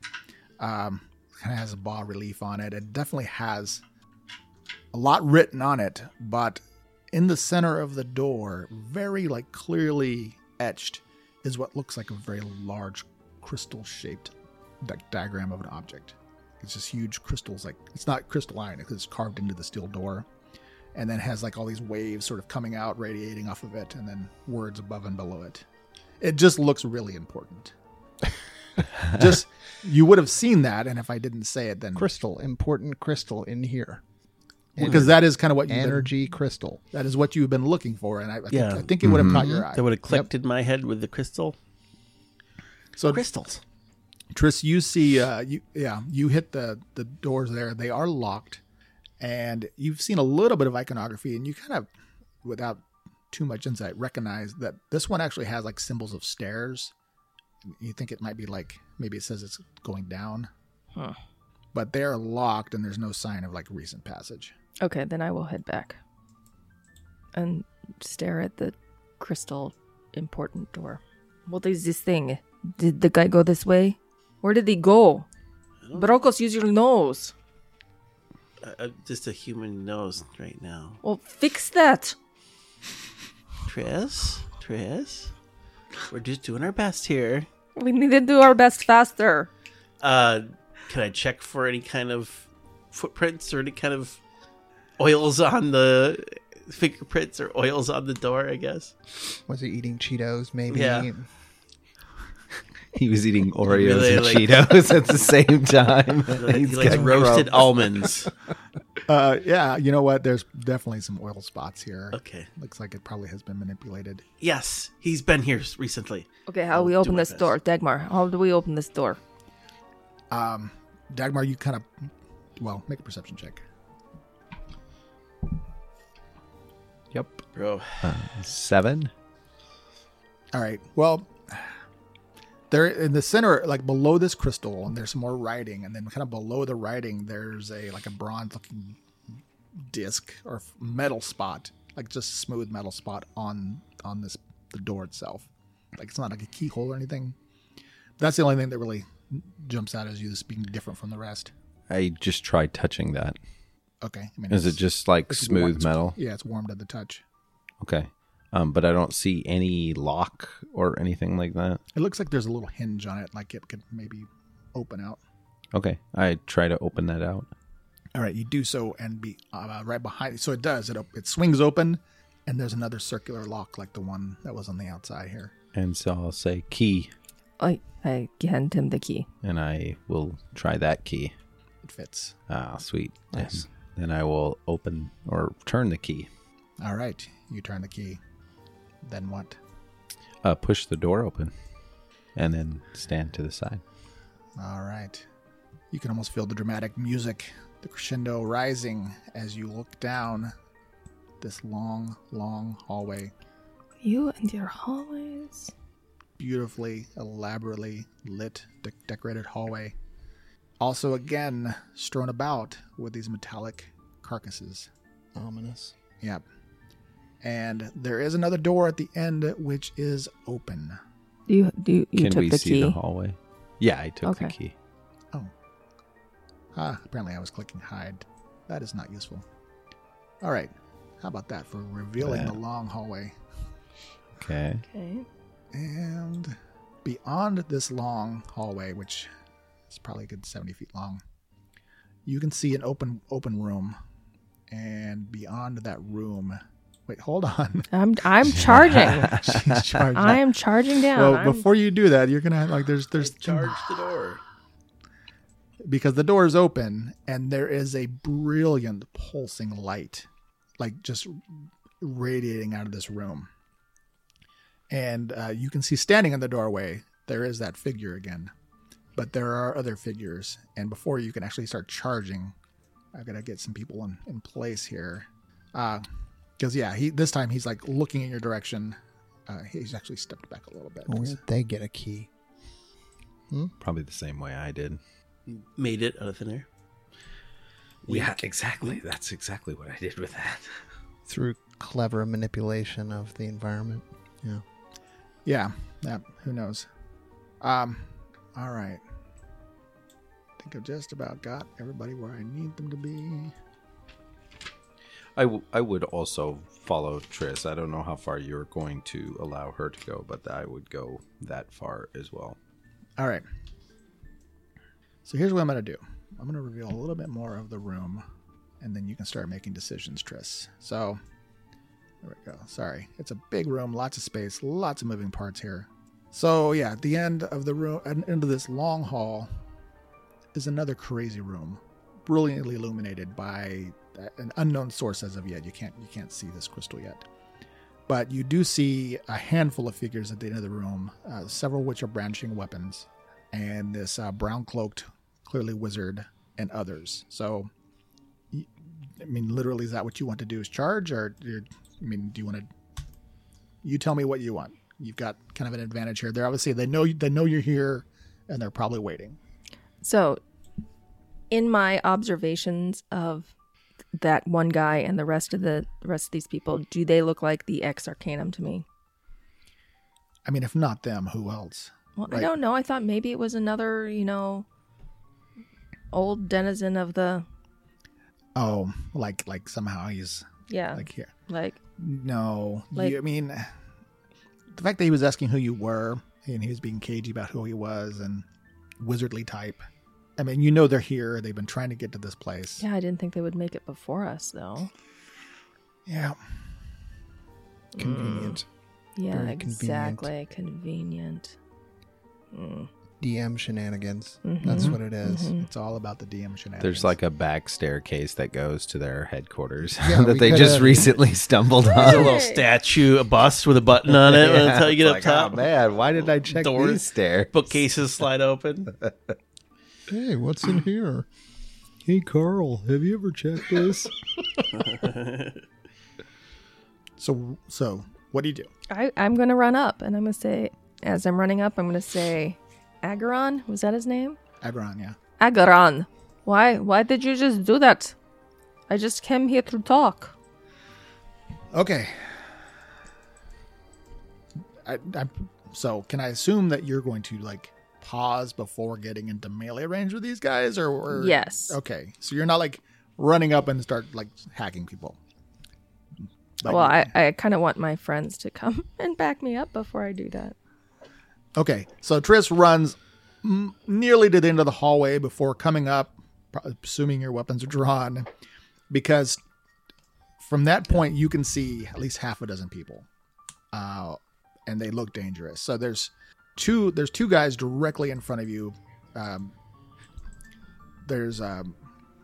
[SPEAKER 1] Um, kind of has a bas relief on it. It definitely has a lot written on it, but in the center of the door, very like clearly etched, is what looks like a very large crystal shaped like diagram of an object. It's just huge crystals. Like it's not crystalline; it's carved into the steel door and then has like all these waves sort of coming out, radiating off of it, and then words above and below it. It just looks really important. just you would have seen that, and if I didn't say it, then
[SPEAKER 4] Crystal, important crystal in here.
[SPEAKER 1] because that is kind of what you've been,
[SPEAKER 4] Energy crystal.
[SPEAKER 1] that is what you've been looking for, and I, I, think-
[SPEAKER 3] Yeah. Mm-hmm.
[SPEAKER 1] I think it would have caught your eye.
[SPEAKER 3] That would have clicked in my head with the crystal.
[SPEAKER 1] So
[SPEAKER 3] Crystals.
[SPEAKER 1] Tris, you see, uh, you yeah, you hit the the doors there. They are locked, and you've seen a little bit of iconography, and you kind of, without too much insight, recognize that this one actually has like symbols of stairs. You think it might be like maybe it says it's going down,
[SPEAKER 2] Huh.
[SPEAKER 1] but they are locked, and there's no sign of like recent passage.
[SPEAKER 2] Okay, then I will head back and stare at the crystal important door. What is this thing? Did the guy go this way? Where did he go? Brokos, use your nose.
[SPEAKER 3] Uh, uh, just a human nose right now.
[SPEAKER 2] Well, fix that.
[SPEAKER 3] Tris? Tris? We're just doing our best here.
[SPEAKER 2] We need to do our best faster.
[SPEAKER 3] Uh, can I check for any kind of footprints or any kind of oils on the fingerprints or oils on the door? I guess.
[SPEAKER 4] Was he eating Cheetos, maybe?
[SPEAKER 3] Yeah.
[SPEAKER 5] He was eating Oreos
[SPEAKER 3] Really,
[SPEAKER 5] and
[SPEAKER 3] like-
[SPEAKER 5] Cheetos at the same time.
[SPEAKER 3] He
[SPEAKER 5] He's
[SPEAKER 3] likes
[SPEAKER 5] got
[SPEAKER 3] roasted
[SPEAKER 5] grub.
[SPEAKER 3] almonds.
[SPEAKER 1] Uh, yeah, you know what? There's definitely some oil spots here.
[SPEAKER 3] Okay.
[SPEAKER 1] Looks like it probably has been manipulated.
[SPEAKER 3] Yes, he's been here s- recently.
[SPEAKER 2] Okay, how do we
[SPEAKER 3] I'll
[SPEAKER 2] open
[SPEAKER 3] do my
[SPEAKER 2] this door? Dagmar, how do we open this door?
[SPEAKER 1] Um, Dagmar, you kind of, well, make a perception check.
[SPEAKER 5] Yep.
[SPEAKER 3] Bro,
[SPEAKER 5] Seven.
[SPEAKER 1] All right. Well, there in the center, like below this crystal, and there's some more writing, and then kind of below the writing, there's a like a bronze-looking disc or metal spot, like just smooth metal spot on on this the door itself. Like it's not like a keyhole or anything. That's the only thing that really jumps out as you as being different from the rest.
[SPEAKER 5] I just tried touching that.
[SPEAKER 1] Okay. I mean,
[SPEAKER 5] Is it
[SPEAKER 1] it's-
[SPEAKER 5] just like
[SPEAKER 1] it's warm-
[SPEAKER 5] smooth metal?
[SPEAKER 1] Yeah, it's warm to the touch.
[SPEAKER 5] Okay. Um, but I don't see any lock or anything like that.
[SPEAKER 1] It looks like there's a little hinge on it, like it could maybe open out.
[SPEAKER 5] Okay. I try to open that out.
[SPEAKER 1] All right, you do so, and be uh, right behind. So it does. It op- it swings open, and there's another circular lock like the one that was on the outside here.
[SPEAKER 5] And so I'll say key,
[SPEAKER 2] I, I hand him the key.
[SPEAKER 5] and I will try that key.
[SPEAKER 1] It fits.
[SPEAKER 5] Ah, sweet.
[SPEAKER 4] Nice.
[SPEAKER 5] And then I will open or turn the key.
[SPEAKER 1] All right, you turn the key. Then what?
[SPEAKER 5] Uh, push the door open, and then stand to the side.
[SPEAKER 1] All right, you can almost feel the dramatic music, the crescendo rising as you look down this long, long hallway,
[SPEAKER 2] You and your hallways.
[SPEAKER 1] beautifully, elaborately lit, de- decorated hallway. Also, again, strewn about with these metallic carcasses.
[SPEAKER 4] Ominous.
[SPEAKER 1] Yep. And there is another door at the end which is open.
[SPEAKER 2] You, you, you
[SPEAKER 5] Can
[SPEAKER 2] took
[SPEAKER 5] we
[SPEAKER 2] the
[SPEAKER 5] see
[SPEAKER 2] key.
[SPEAKER 5] the hallway? Yeah, I took the
[SPEAKER 2] Okay.
[SPEAKER 5] key.
[SPEAKER 1] Oh. Ah, apparently I was clicking hide. That is not useful. All right. How about that for revealing
[SPEAKER 5] Yeah.
[SPEAKER 1] the long hallway?
[SPEAKER 5] Okay.
[SPEAKER 2] okay.
[SPEAKER 1] And beyond this long hallway, which is probably a good 70 feet long, you can see an open open room. And beyond that room, wait, hold on.
[SPEAKER 2] I'm, I'm charging.
[SPEAKER 1] She's charged.
[SPEAKER 2] I am charging down.
[SPEAKER 1] well,
[SPEAKER 2] I'm-
[SPEAKER 1] before you do that, you're gonna like there's
[SPEAKER 3] I
[SPEAKER 1] there's
[SPEAKER 3] charged the door.
[SPEAKER 1] because the door is open and there is a brilliant pulsing light like just radiating out of this room and uh, you can see standing in the doorway there is that figure again but there are other figures and before you can actually start charging i've got to get some people in, in place here because yeah he this time he's like looking in your direction uh, he's actually stepped back a little bit
[SPEAKER 4] Where'd they get a key?
[SPEAKER 5] Probably the same way I did.
[SPEAKER 3] Made it out of thin air.
[SPEAKER 6] Yeah, exactly. That's exactly what I did with that.
[SPEAKER 4] Through clever manipulation of the environment. Yeah.
[SPEAKER 1] Yeah, yeah, who knows? Um, all right. I think I've just about got everybody where I need them to be.
[SPEAKER 5] I, w- I would also follow Triss. I don't know how far you're going to allow her to go, but I would go that far as well.
[SPEAKER 1] All right. So here's what I'm going to do I'm going to reveal a little bit more of the room, and then you can start making decisions, Triss. So there we go. Sorry. It's a big room, lots of space, lots of moving parts here. So yeah, at the end of the room, at the end of this long hall, is another crazy room, brilliantly illuminated by an unknown source as of yet. You can't you can't see this crystal yet, but you do see a handful of figures at the end of the room, uh, several which are brandishing weapons, and this uh, brown cloaked, clearly wizard, and others. So, y- I mean, literally, is that what you want to do? Is charge, or you're, I mean, do you want to? You tell me what you want. You've got kind of an advantage here. They're obviously they know they know you're here, and they're probably waiting.
[SPEAKER 2] So, in my observations of that one guy and the rest of the, the rest of these people, do they look like the ex Arcanum to me?
[SPEAKER 1] I mean, if not them, who else?
[SPEAKER 2] Well, I
[SPEAKER 1] Right.
[SPEAKER 2] don't know. I thought maybe it was another, you know, old denizen of the
[SPEAKER 1] Oh, like like somehow he's
[SPEAKER 2] yeah, like
[SPEAKER 1] like here.
[SPEAKER 2] like,
[SPEAKER 1] No,
[SPEAKER 2] Like-
[SPEAKER 1] you, I mean, the fact that he was asking who you were and he was being cagey about who he was and wizardly type. I mean, you know they're here. They've been trying to get to this place.
[SPEAKER 2] yeah. I didn't think they would make it before us though.
[SPEAKER 1] Yeah.
[SPEAKER 4] Convenient.
[SPEAKER 2] Yeah,
[SPEAKER 4] Very convenient.
[SPEAKER 2] exactly. Convenient.
[SPEAKER 4] DM shenanigans.
[SPEAKER 1] Mm-hmm.
[SPEAKER 4] That's what it is.
[SPEAKER 1] It's all about the DM shenanigans.
[SPEAKER 5] There's like a back staircase that goes to their headquarters
[SPEAKER 4] Yeah, we
[SPEAKER 5] that they
[SPEAKER 4] coulda-
[SPEAKER 5] just recently stumbled
[SPEAKER 3] There's a
[SPEAKER 5] on.
[SPEAKER 3] little statue, a bust with a button on it.
[SPEAKER 5] Yeah,
[SPEAKER 3] That's how you get up
[SPEAKER 5] it's like,
[SPEAKER 3] top.
[SPEAKER 5] Oh, man, why did I check
[SPEAKER 3] Door-
[SPEAKER 5] these stairs?
[SPEAKER 3] Bookcases slide open.
[SPEAKER 4] Hey, what's in here?
[SPEAKER 1] hey Carl, have you ever checked this? so so what do you do?
[SPEAKER 2] I I'm gonna run up and I'm gonna say as I'm running up I'm gonna say Agaron was that his name?
[SPEAKER 1] Aberon, yeah.
[SPEAKER 2] Agaron, why why did you just do that? I just came here to talk.
[SPEAKER 1] Okay. I, I, so can I assume that you're going to like pause before getting into melee range with these guys, or, or
[SPEAKER 2] Yes.
[SPEAKER 1] Okay, so you're not like running up and start like hacking people. But
[SPEAKER 2] well,
[SPEAKER 1] you-
[SPEAKER 2] I, I kind of want my friends to come and back me up before I do that.
[SPEAKER 1] Okay, so Triss runs m- nearly to the end of the hallway before coming up, pro- assuming your weapons are drawn, because from that point you can see at least half a dozen people, uh, and they look dangerous. So there's two there's two guys directly in front of you. Um, there's um,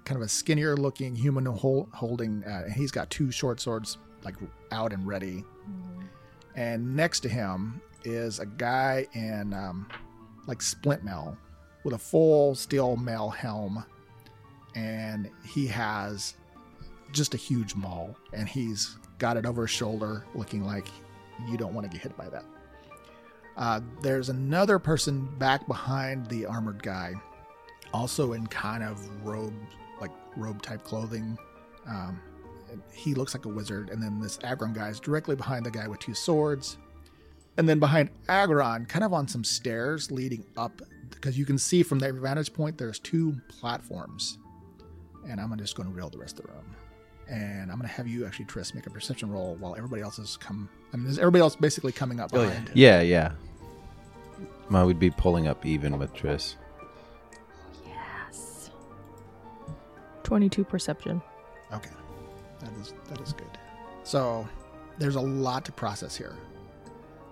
[SPEAKER 1] kind of a skinnier looking human hol- holding, uh, and he's got two short swords like out and ready and next to him is a guy in um, like splint mail with a full steel mail helm and he has just a huge maul and he's got it over his shoulder looking like you don't want to get hit by that uh, there's another person back behind the armored guy also in kind of robe like robe type clothing um, he looks like a wizard, and then this Agron guy is directly behind the guy with two swords. And then behind Agron, kind of on some stairs leading up, because you can see from their vantage point, there's two platforms. And I'm just going to reel the rest of the room. And I'm going to have you actually, Triss, make a perception roll while everybody else is come. I mean, is everybody else basically coming up behind?
[SPEAKER 5] Yeah, yeah. I would be pulling up even with Triss.
[SPEAKER 2] Twenty-two perception.
[SPEAKER 1] Okay, that is that is good. So there's a lot to process here.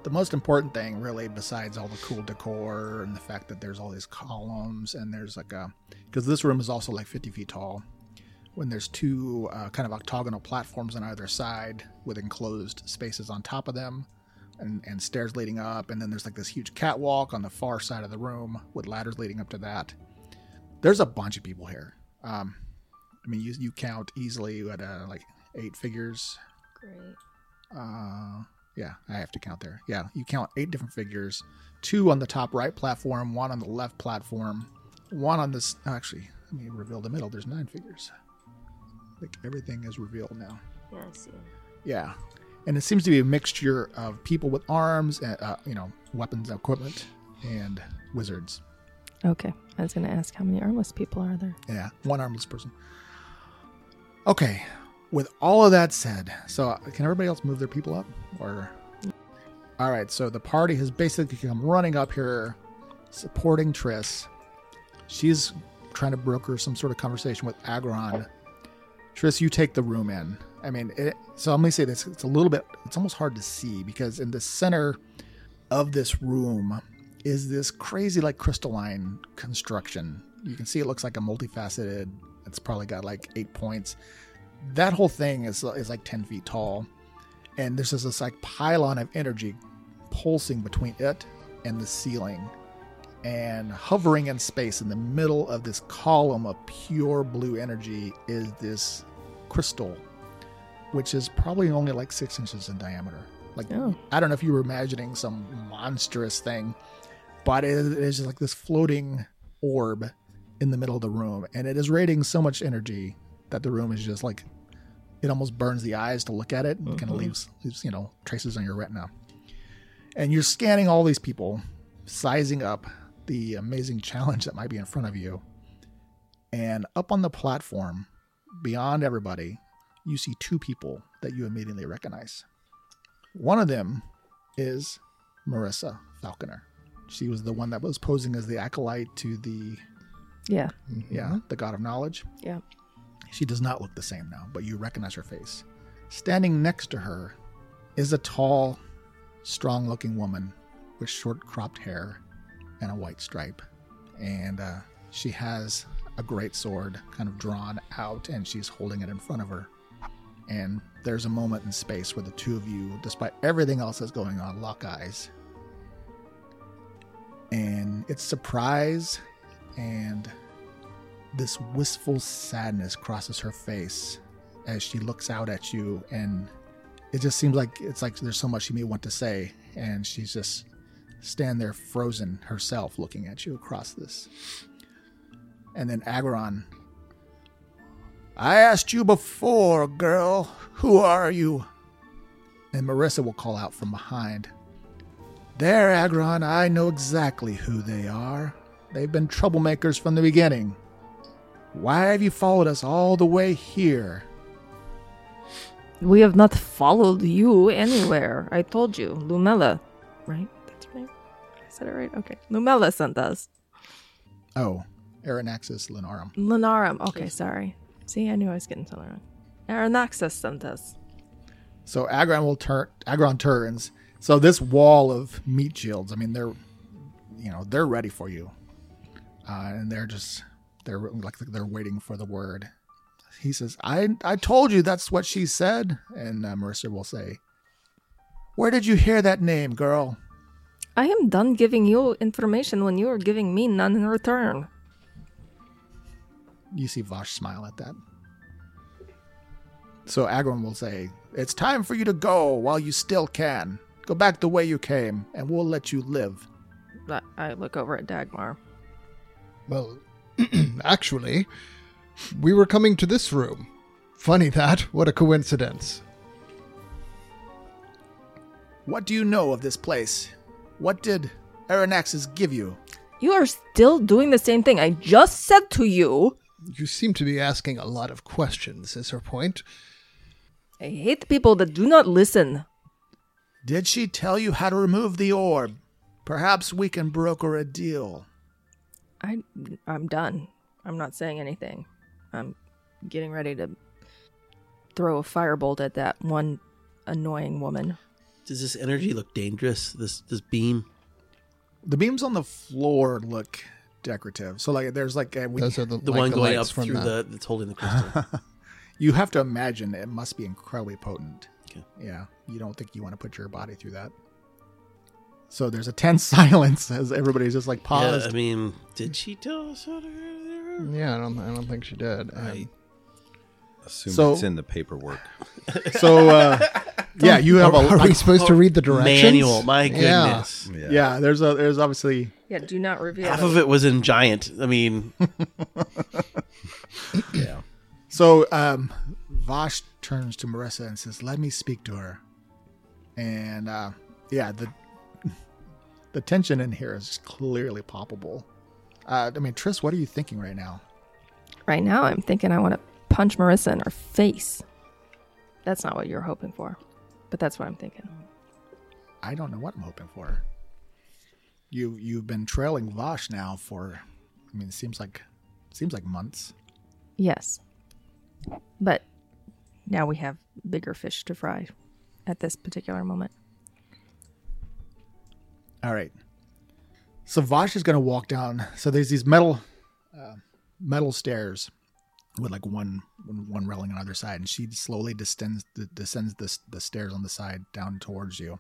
[SPEAKER 1] The most important thing, really, besides all the cool decor and the fact that there's all these columns and there's like a because this room is also like 50 feet tall. When there's two uh, kind of octagonal platforms on either side with enclosed spaces on top of them, and, and stairs leading up, and then there's like this huge catwalk on the far side of the room with ladders leading up to that. There's a bunch of people here. Um, I mean, you you count easily at uh, like eight figures.
[SPEAKER 2] Great.
[SPEAKER 1] Uh, yeah, I have to count there. Yeah, you count eight different figures, two on the top right platform, one on the left platform, one on this. oh, Actually, let me reveal the middle. There's nine figures. Like everything is revealed now.
[SPEAKER 2] Yeah, I see.
[SPEAKER 1] Yeah, and it seems to be a mixture of people with arms, and, uh, you know, weapons, equipment, and wizards.
[SPEAKER 2] Okay. I was going to ask how many armless people are there.
[SPEAKER 1] Yeah, one armless person. Okay, with all of that said, so uh, can everybody else move their people up? Or all right, so the party has basically come running up here, supporting Triss. She's trying to broker some sort of conversation with Agron. Triss, you take the room in. I mean, it, so I'm gonna say this. It's a little bit. It's almost hard to see because in the center of this room is this crazy like crystalline construction. You can see it looks like a multifaceted. It's probably got like eight points. That whole thing is is like ten feet tall, and there's just this like pylon of energy pulsing between it and the ceiling, and hovering in space in the middle of this column of pure blue energy is this crystal, which is probably only like six inches in diameter. Like
[SPEAKER 2] Oh.
[SPEAKER 1] I don't know if you were imagining some monstrous thing, but it is like this floating orb in the middle of the room, and it is radiating so much energy that the room is just like it almost burns the eyes to look at it and kind of leaves, leaves you know traces on your retina. And you're scanning all these people, sizing up the amazing challenge that might be in front of you. And up on the platform, beyond everybody, you see two people that you immediately recognize. One of them is Marissa Falconer. She was the one that was posing as the acolyte to the
[SPEAKER 2] Yeah.
[SPEAKER 4] Mm-hmm.
[SPEAKER 1] yeah, the god of knowledge.
[SPEAKER 2] Yeah.
[SPEAKER 1] She does not look the same now, but you recognize her face. Standing next to her is a tall, strong looking woman with short cropped hair and a white stripe. And uh, she has a great sword kind of drawn out and she's holding it in front of her. And there's a moment in space where the two of you, despite everything else that's going on, lock eyes. And it's surprise and this wistful sadness crosses her face as she looks out at you and it just seems like it's like there's so much she may want to say and she's just stand there frozen herself looking at you across this and then agaron i asked you before girl who are you and marissa will call out from behind there agron i know exactly who they are they've been troublemakers from the beginning why have you followed us all the way here?
[SPEAKER 2] We have not followed you anywhere. I told you. Lumela. Right? That's right. I said it right. Okay. Lumela sent us.
[SPEAKER 1] Oh, Aranaxis Linarum.
[SPEAKER 2] Linarum. Okay, sorry. See, I knew I was getting something wrong. Aranaxus sent us.
[SPEAKER 1] So Agron will turn. Agron turns. So this wall of meat shields. I mean, they're, you know, they're ready for you, uh, and they're just they're like they're waiting for the word. He says, "I I told you that's what she said." And uh, Marissa will say, "Where did you hear that name, girl?"
[SPEAKER 2] I am done giving you information when you are giving me none in return.
[SPEAKER 1] You see Vosh smile at that. So Agron will say, It's time for you to go while you still can. Go back the way you came, and we'll let you live.
[SPEAKER 2] I- I look over at Dagmar.
[SPEAKER 4] Well, actually, we were coming to this room. Funny that. What a coincidence.
[SPEAKER 1] What do you know of this place? What did Aranaxis give you?
[SPEAKER 2] You are still doing the same thing I just said to you.
[SPEAKER 4] You seem to be asking a lot of questions, is her point.
[SPEAKER 2] I hate people that do not listen.
[SPEAKER 1] Did she tell you how to remove the orb? Perhaps we can broker a deal.
[SPEAKER 2] I, I'm done. I'm not saying anything. I'm getting ready to throw a firebolt at that one annoying woman.
[SPEAKER 3] Does this energy look dangerous? This this beam?
[SPEAKER 1] The beams on the floor look decorative. So, like, there's like, uh, we,
[SPEAKER 4] Those are the,
[SPEAKER 3] The
[SPEAKER 4] like
[SPEAKER 3] one
[SPEAKER 4] the
[SPEAKER 3] going up
[SPEAKER 4] lights from
[SPEAKER 3] through
[SPEAKER 4] the-
[SPEAKER 3] the, that's holding the crystal.
[SPEAKER 1] you have to imagine it must be incredibly potent.
[SPEAKER 3] Okay.
[SPEAKER 1] Yeah. You don't think you want to put your body through that. So there's a tense silence as everybody's just like
[SPEAKER 3] Yeah, I
[SPEAKER 1] paused.
[SPEAKER 3] mean, did she tell us how to hurt
[SPEAKER 4] Yeah, I don't. I don't think she did. Um,
[SPEAKER 5] I assume
[SPEAKER 1] So-
[SPEAKER 5] it's in the paperwork.
[SPEAKER 1] So uh, yeah, you have
[SPEAKER 4] are,
[SPEAKER 1] a
[SPEAKER 4] are we supposed to read the
[SPEAKER 3] her?
[SPEAKER 4] directions?
[SPEAKER 3] Manual, my
[SPEAKER 4] Yeah.
[SPEAKER 3] goodness.
[SPEAKER 1] yeah. There's a there's obviously
[SPEAKER 2] Yeah, do not reveal.
[SPEAKER 3] Half of it was in giant. I mean,
[SPEAKER 1] So um, Vash turns to Marissa and says, "Let me speak to her." And uh, yeah, the the tension in here is clearly palpable. Uh, I mean, Triss, what are you thinking right now?
[SPEAKER 2] Right now, I'm thinking I want to punch Marissa in her face. That's not what you're hoping for, but that's what I'm thinking.
[SPEAKER 1] I don't know what I'm hoping for. You you've been trailing Vash now for, I mean, it seems like seems like months.
[SPEAKER 2] Yes. But now we have bigger fish to fry at this particular moment.
[SPEAKER 1] All right. So Vash is going to walk down. So there's these metal, uh, metal stairs, with like one one railing on either side, and she slowly descends descends the the stairs on the side down towards you,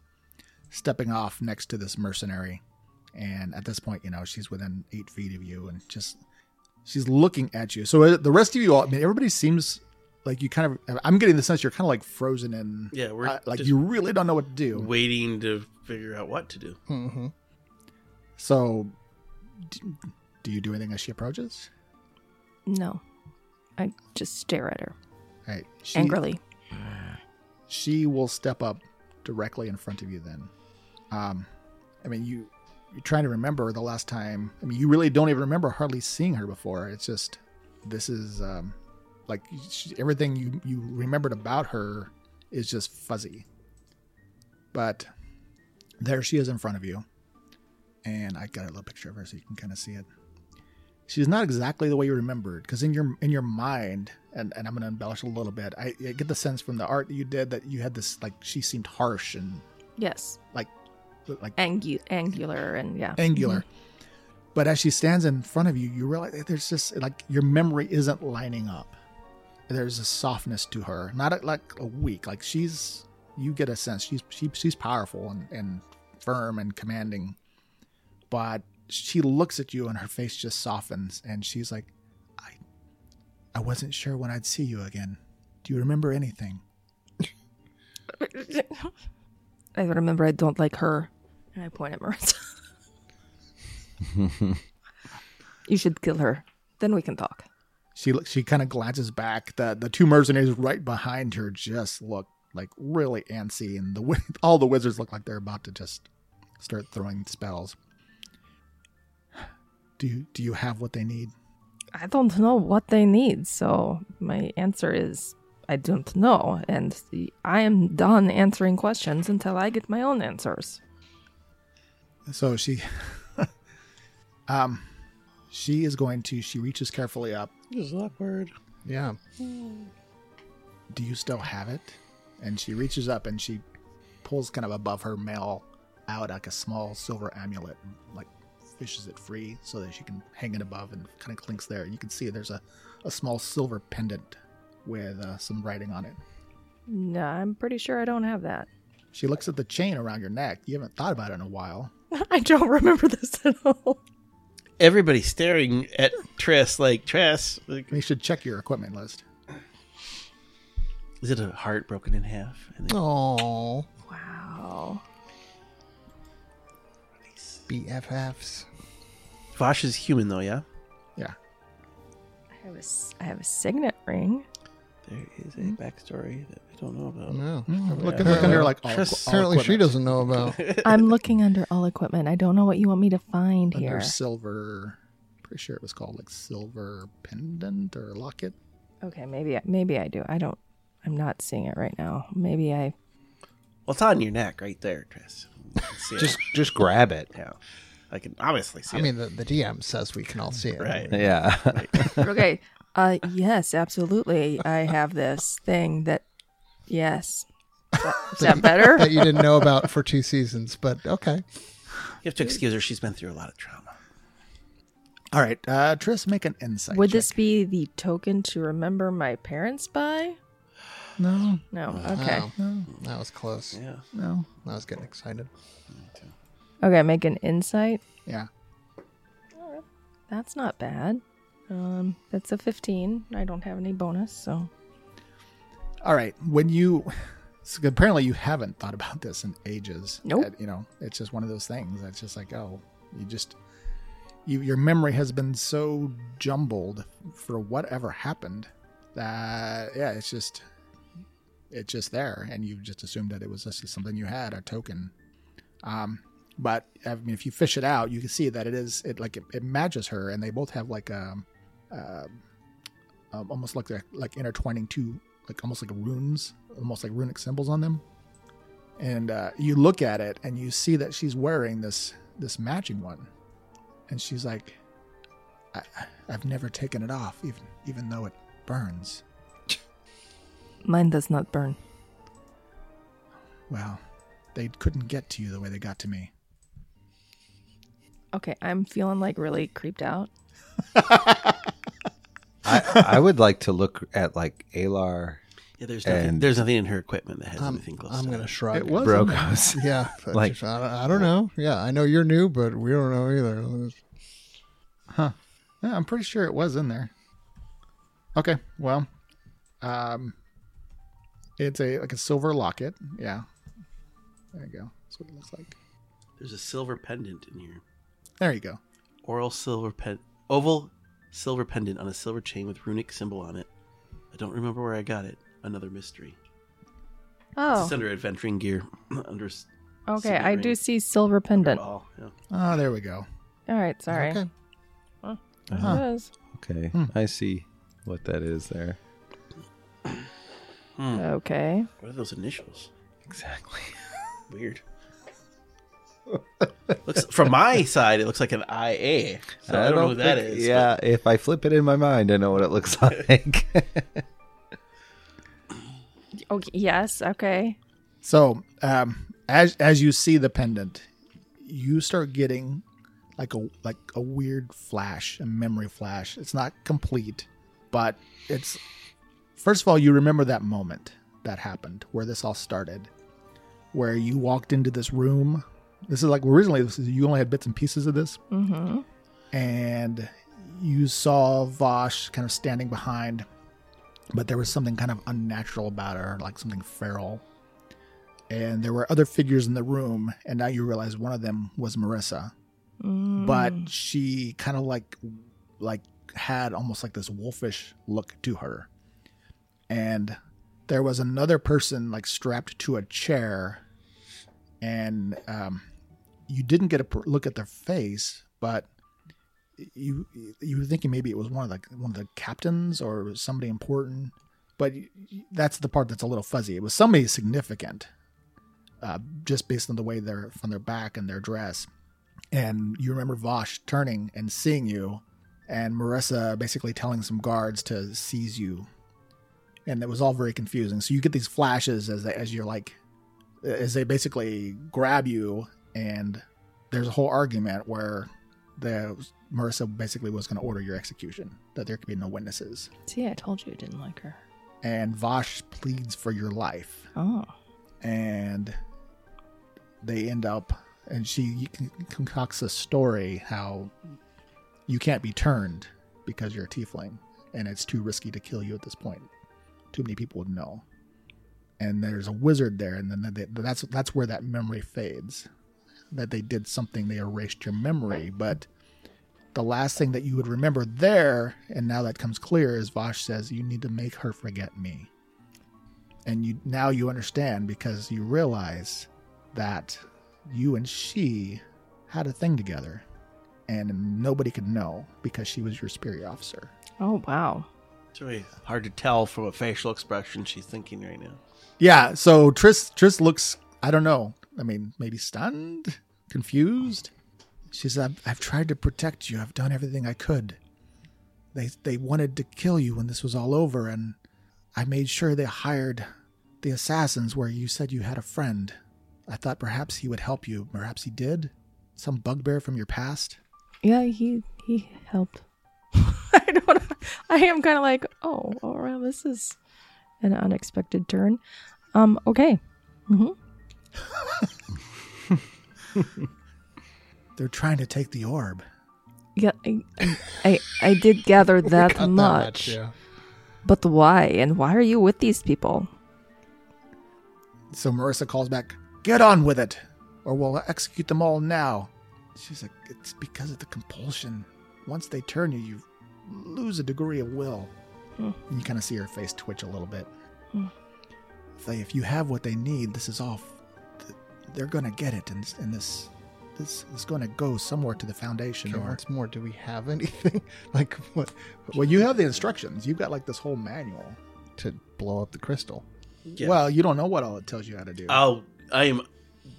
[SPEAKER 1] stepping off next to this mercenary. And at this point, you know she's within eight feet of you, and just she's looking at you. So uh, the rest of you all, I mean, everybody seems like you kind of. I'm getting the sense you're kind of like frozen in.
[SPEAKER 3] Yeah, we're
[SPEAKER 1] uh, like
[SPEAKER 3] just-
[SPEAKER 1] you really don't know what to do.
[SPEAKER 3] waiting to figure out what to do.
[SPEAKER 4] Mhm.
[SPEAKER 1] So, do, do you do anything as she approaches?
[SPEAKER 2] No. I just stare at her
[SPEAKER 1] All right. She,
[SPEAKER 2] angrily.
[SPEAKER 1] She will step up directly in front of you then. Um, I mean, you, you're trying to remember the last time. I mean, you really don't even remember hardly seeing her before. It's just, this is um, like she, everything you, you remembered about her is just fuzzy. But there she is in front of you. And I got a little picture of her so you can kind of see it. she's not exactly the way you remembered because in your in your mind and, and i'm going to embellish a little bit I, I get the sense from the art that you did that you had this like she seemed harsh and
[SPEAKER 2] Yes.
[SPEAKER 1] like
[SPEAKER 2] Angu- angular and yeah.
[SPEAKER 1] angular but as she stands in front of you you realize that there's just like your memory isn't lining up there's a softness to her not a, like a weak like she's you get a sense she's she, she's powerful and, and firm and commanding but she looks at you and her face just softens and she's like i i wasn't sure when i'd see you again do you remember anything
[SPEAKER 2] I remember I don't like her. And I point at Marissa. you should kill her. Then we can talk.
[SPEAKER 1] she looks she kind of glances back the the two mercenaries right behind her just look like really antsy and the wi- all the wizards look like they're about to just start throwing spells do you do you have what they need
[SPEAKER 2] I don't know what they need, so my answer is I don't know, and I am done answering questions until I get my own answers.
[SPEAKER 1] so she um she is going to she reaches carefully up
[SPEAKER 3] This is awkward.
[SPEAKER 4] Yeah.
[SPEAKER 1] do you still have it and she reaches up and she pulls kind of above her mail out like a small silver amulet and like fishes it free so that she can hang it above and kind of clinks there you can see there's a, a small silver pendant with uh, some writing on it
[SPEAKER 2] No, I'm pretty sure I don't have that.
[SPEAKER 1] she looks at the chain around your neck you haven't thought about it in a while
[SPEAKER 2] I don't remember this at all.
[SPEAKER 3] Everybody staring at Tress like Tress. Like,
[SPEAKER 1] you should check your equipment list
[SPEAKER 3] is it a heart broken in half? And then
[SPEAKER 4] Oh,
[SPEAKER 2] Wow.
[SPEAKER 4] BFFs.
[SPEAKER 3] Vosh is human though, yeah.
[SPEAKER 1] yeah
[SPEAKER 2] I have a, s- I have a signet ring.
[SPEAKER 3] There is a backstory that I don't know about.
[SPEAKER 4] No.
[SPEAKER 1] look, Mm-hmm. look under like all,
[SPEAKER 3] Triss-
[SPEAKER 1] all
[SPEAKER 4] Apparently, she
[SPEAKER 1] equipment.
[SPEAKER 4] doesn't know about.
[SPEAKER 2] I'm looking under all equipment. I don't know what you want me to find
[SPEAKER 1] under
[SPEAKER 2] here.
[SPEAKER 1] silver pretty sure it was called like silver pendant or locket
[SPEAKER 2] Okay, maybe I- maybe I do. I don't. I'm not seeing it right now. Maybe I.
[SPEAKER 3] Well, it's on your neck right there, Tress. You can see it.
[SPEAKER 5] Just just grab it.
[SPEAKER 3] yeah. I can obviously see
[SPEAKER 4] I mean, the, the DM says we can all see it.
[SPEAKER 3] it. Right.
[SPEAKER 5] Yeah.
[SPEAKER 2] okay. Uh, yes, absolutely. I have this thing that. Yes. Is that better?
[SPEAKER 4] That you didn't know about for two seasons, but okay.
[SPEAKER 3] You have to excuse her, she's been through a lot of trauma.
[SPEAKER 1] all right uh tris make an insight
[SPEAKER 2] Would
[SPEAKER 1] check.
[SPEAKER 2] this be the token to remember my parents by?
[SPEAKER 1] no
[SPEAKER 2] No. Okay.
[SPEAKER 4] Wow. that was close.
[SPEAKER 3] Yeah.
[SPEAKER 1] no
[SPEAKER 4] I was getting excited.
[SPEAKER 2] Okay, make an insight.
[SPEAKER 1] Yeah.
[SPEAKER 2] That's not bad. Um, that's a 15. I don't have any bonus, so.
[SPEAKER 1] All right. When you so apparently you haven't thought about this in ages.
[SPEAKER 2] Nope.
[SPEAKER 1] Uh, you know, it's just one of those things. It's just like, oh, you just you your memory has been so jumbled for whatever happened that yeah, it's just it's just there, and you just assumed that it was just something you had a token. Um, but I mean, if you fish it out, you can see that it is it like it, it matches her, and they both have like a, uh, um, almost like they're like intertwining two like almost like runes, almost like runic symbols on them. And uh, you look at it and you see that she's wearing this this matching one, and she's like, I, I- "I've never taken it off, even even though it burns."
[SPEAKER 2] Mine does not burn.
[SPEAKER 1] Well, they couldn't get to you the way they got to me.
[SPEAKER 2] Okay, I'm feeling like really creeped out.
[SPEAKER 5] I, I would like to look at like Alar
[SPEAKER 3] Yeah, there's nothing.
[SPEAKER 5] And-
[SPEAKER 3] there's nothing in her equipment that has
[SPEAKER 4] I'm,
[SPEAKER 3] anything close.
[SPEAKER 4] Um, I'm
[SPEAKER 3] to
[SPEAKER 4] going to
[SPEAKER 3] that.
[SPEAKER 4] shrug.
[SPEAKER 1] It was
[SPEAKER 5] Brokos.
[SPEAKER 4] Yeah.
[SPEAKER 5] Like-
[SPEAKER 4] Like, I, don't, I don't know. Yeah, I know you're new, but we don't know either.
[SPEAKER 1] Yeah, I'm pretty sure it was in there. Okay, well, um, it's a like a silver locket. Yeah, there you go. That's what it looks like.
[SPEAKER 3] There's a silver pendant in here.
[SPEAKER 1] There you go.
[SPEAKER 3] Oral silver pen, oval silver pendant on a silver chain with runic symbol on it. I don't remember where I got it. Another mystery.
[SPEAKER 2] Oh,
[SPEAKER 3] It's under adventuring gear. under s-
[SPEAKER 2] okay.
[SPEAKER 3] signet
[SPEAKER 2] I
[SPEAKER 3] ring.
[SPEAKER 2] do see silver pendant. All
[SPEAKER 3] ball. Yeah.
[SPEAKER 1] Ah, there we go.
[SPEAKER 2] right, sorry.
[SPEAKER 4] Okay.
[SPEAKER 2] There
[SPEAKER 5] Huh.
[SPEAKER 2] it is.
[SPEAKER 5] Okay, I see what that is there.
[SPEAKER 2] Okay.
[SPEAKER 3] What are those initials?
[SPEAKER 5] Exactly.
[SPEAKER 3] Weird. looks from my side, it looks like an IA. So I, don't, know who that is.
[SPEAKER 5] think-
[SPEAKER 3] but-
[SPEAKER 5] Yeah, if I flip it in my mind, I know what it looks like.
[SPEAKER 2] Okay. Oh, Yes. Okay.
[SPEAKER 1] So, um, as as you see the pendant, you start getting like a like a weird flash, a memory flash. It's not complete, but it's first of all you remember that moment that happened where this all started, where you walked into this room. This is like originally this is, you only had bits and pieces of this,
[SPEAKER 2] Mm-hmm.
[SPEAKER 1] and you saw Vosh kind of standing behind, but there was something kind of unnatural about her, like something feral. And there were other figures in the room, and now you realize one of them was Marissa,
[SPEAKER 2] Mm.
[SPEAKER 1] but she kind of like, like had almost like this wolfish look to her. And there was another person like strapped to a chair, and um, you didn't get a per- look at their face, but you you were thinking maybe it was one of the one of the captains or it was somebody important, but y- y- that's the part that's a little fuzzy. It was somebody significant, uh, just based on the way they're from their back and their dress. And you remember Vosh turning and seeing you, and Marissa basically telling some guards to seize you, and it was all very confusing. So you get these flashes as they, as you're like, as they basically grab you, and there's a whole argument where the Marissa basically was going to order your execution, that there could be no witnesses.
[SPEAKER 2] See, I told you I didn't like her.
[SPEAKER 1] And Vosh pleads for your life,
[SPEAKER 2] Oh.
[SPEAKER 1] and they end up, and she con- concocts a story how you can't be turned because you're a tiefling, and it's too risky to kill you at this point. Too many people would know. And there's a wizard there, and then they, that's that's where that memory fades. That they did something, they erased your memory, but the last thing that you would remember there, and now that comes clear, is Vosh says, You need to make her forget me. And you now you understand because you realize that you and she had a thing together and nobody could know because she was your spirit officer.
[SPEAKER 2] Oh wow.
[SPEAKER 3] It's really hard to tell from a facial expression she's thinking right now.
[SPEAKER 1] Yeah, so Tris Tris looks I don't know. I mean, maybe stunned, confused. She says, I've, "I've tried to protect you. I've done everything I could. They they wanted to kill you when this was all over, and I made sure they hired the assassins where you said you had a friend. I thought perhaps he would help you. Perhaps he did. Some bugbear from your past.
[SPEAKER 2] Yeah, he he helped. I don't. I am kind of like, oh, all right, this is an unexpected turn. Um. Okay.
[SPEAKER 1] They're trying to take the orb.
[SPEAKER 2] Yeah, I, I, I did gather that
[SPEAKER 4] Got
[SPEAKER 2] much.
[SPEAKER 4] yeah.
[SPEAKER 2] But why? And why are you with these people?
[SPEAKER 1] So Marissa calls back, Get on with it, or we'll execute them all now. She's like, It's because of the compulsion. Once they turn you, you lose a degree of will. And you kind of see her face twitch a little bit. It's like, if you have what they need, this is off. th- They're going to get it, and, and this. This is going to go somewhere to the foundation,
[SPEAKER 4] Sure,
[SPEAKER 1] or
[SPEAKER 4] What's more, do we have anything like what
[SPEAKER 1] well, you have the instructions. You've got like this whole manual.
[SPEAKER 4] to blow up the crystal?
[SPEAKER 3] Yeah. Um,
[SPEAKER 1] Well, you don't know what all it tells you how to do.
[SPEAKER 3] I'll I am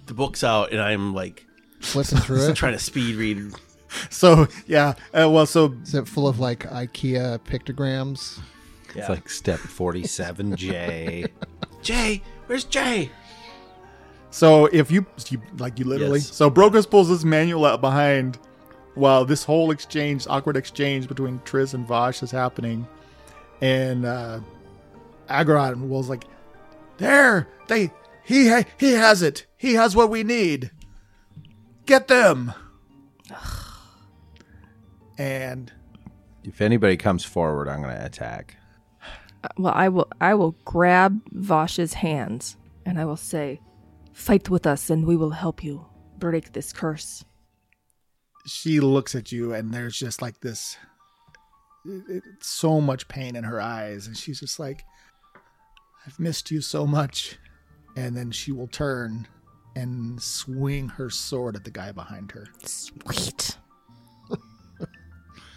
[SPEAKER 3] the book's out and I'm like
[SPEAKER 4] Flipping through it.
[SPEAKER 3] trying to speed read.
[SPEAKER 1] so yeah, uh, well, so
[SPEAKER 4] Is it full of like IKEA pictograms?
[SPEAKER 5] It's like step 47J.
[SPEAKER 3] Jay, where's Jay?
[SPEAKER 1] So if you, you like, you literally.
[SPEAKER 3] Yes.
[SPEAKER 1] So Brokus pulls this manual out behind, while this whole exchange, awkward exchange between Triz and Vosh is happening, and uh, Agron was like, "There, they, he, ha- he has it. He has what we need. Get them." and
[SPEAKER 5] if anybody comes forward, I'm going to attack.
[SPEAKER 2] Uh, Well, I will. I will grab Vosh's hands and I will say, "Fight with us, and we will help you break this curse."
[SPEAKER 1] she looks at you and there's just like this it- it- so much pain in her eyes and she's just like i've missed you so much and then she will turn and swing her sword at the guy behind her
[SPEAKER 2] Sweet.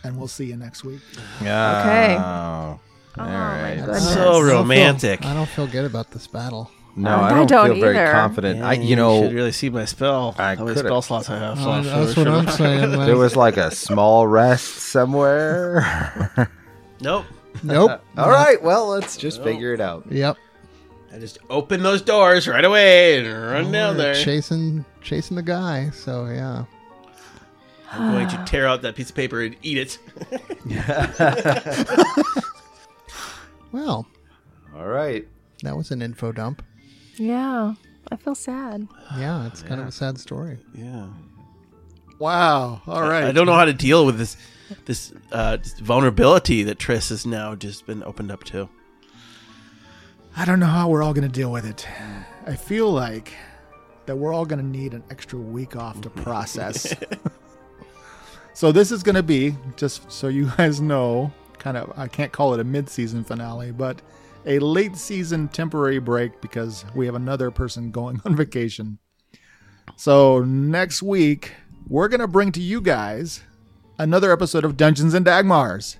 [SPEAKER 1] and we'll see you next week
[SPEAKER 2] Okay.
[SPEAKER 5] Oh.
[SPEAKER 2] Oh
[SPEAKER 5] All
[SPEAKER 2] my
[SPEAKER 5] right.
[SPEAKER 2] goodness.
[SPEAKER 4] Uh,
[SPEAKER 3] So romantic.
[SPEAKER 4] I don't feel good about this battle.
[SPEAKER 5] No,
[SPEAKER 2] I
[SPEAKER 5] I don't,
[SPEAKER 2] don't
[SPEAKER 5] feel very
[SPEAKER 2] either.
[SPEAKER 5] confident. I, you
[SPEAKER 3] should
[SPEAKER 5] know,
[SPEAKER 3] really see my spell.
[SPEAKER 5] I
[SPEAKER 3] How many
[SPEAKER 5] could've-
[SPEAKER 3] spell slots I have
[SPEAKER 4] Uh,
[SPEAKER 3] left.
[SPEAKER 4] that's what I'm saying.
[SPEAKER 5] there
[SPEAKER 4] man.
[SPEAKER 5] was like a small rest somewhere.
[SPEAKER 3] Nope.
[SPEAKER 4] nope.
[SPEAKER 5] All right. Well, let's just figure it out.
[SPEAKER 4] Yep.
[SPEAKER 3] I just open those doors right away and run down
[SPEAKER 4] We're
[SPEAKER 3] there.
[SPEAKER 4] Oh, Chasing, chasing the guy. So yeah.
[SPEAKER 3] I'm going to tear out that piece of paper and eat it.
[SPEAKER 4] Well,
[SPEAKER 5] All right.
[SPEAKER 4] that was an info dump.
[SPEAKER 2] Yeah, I feel sad.
[SPEAKER 4] Yeah, it's kind of a sad story.
[SPEAKER 3] Yeah.
[SPEAKER 1] wow all right
[SPEAKER 3] I don't know how to deal with this this uh, vulnerability that Triss has now just been opened up to.
[SPEAKER 1] I don't know how we're all going to deal with it i feel like that we're all going to need an extra week off to process so this is going to be just so you guys know kind of i can't call it a mid-season finale but a late season temporary break because we have another person going on vacation so next week we're going to bring to you guys another episode of dungeons and dagmars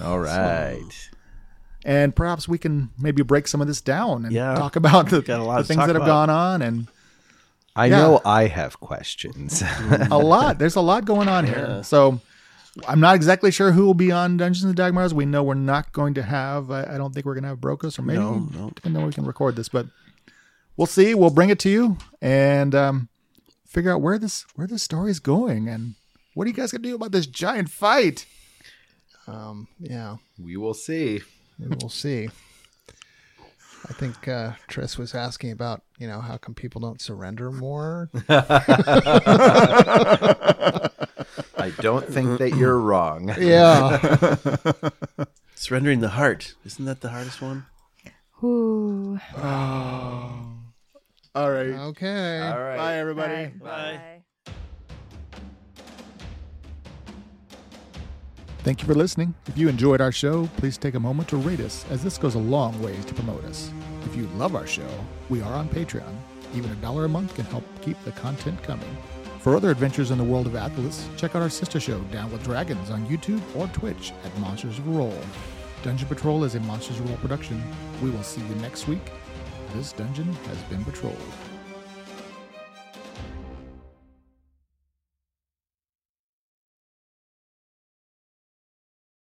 [SPEAKER 5] All right.
[SPEAKER 1] and perhaps we can maybe break some of this down and
[SPEAKER 3] Yeah.
[SPEAKER 1] talk about the,
[SPEAKER 3] Got a lot
[SPEAKER 1] the
[SPEAKER 3] to
[SPEAKER 1] things
[SPEAKER 3] talk
[SPEAKER 1] that have
[SPEAKER 3] about.
[SPEAKER 1] gone on and
[SPEAKER 5] I
[SPEAKER 1] Yeah. Hmm.
[SPEAKER 5] know I have questions.
[SPEAKER 1] a lot. There's a lot going on here. So I'm not exactly sure who will be on Dungeons and Dagmars. We know we're not going to have. I, I don't think we're going to have Brocos or maybe
[SPEAKER 3] No, no.
[SPEAKER 1] and then we can record this. But we'll see. We'll bring it to you and um, figure out where this where this story is going and what are you guys going to do about this giant fight.
[SPEAKER 4] Um, yeah,
[SPEAKER 5] we will see.
[SPEAKER 4] we will see. I think uh, Triss was asking about, you know, how come people don't surrender more?
[SPEAKER 5] I don't think that you're wrong.
[SPEAKER 4] yeah.
[SPEAKER 3] Surrendering the heart. Isn't that the hardest one?
[SPEAKER 2] Ooh.
[SPEAKER 1] All right.
[SPEAKER 4] Okay.
[SPEAKER 5] All right.
[SPEAKER 1] Bye everybody.
[SPEAKER 3] Bye.
[SPEAKER 1] Thank you for listening. If you enjoyed our show, please take a moment to rate us, as this goes a long ways to promote us. If you love our show, we are on Patreon. Even a dollar a month can help keep the content coming. For other adventures in the world of Atlas, check out our sister show, Down with Dragons, on YouTube or Twitch at Monsters of Roll. Dungeon Patrol is a Monsters of Roll production. We will see you next week. This dungeon has been patrolled.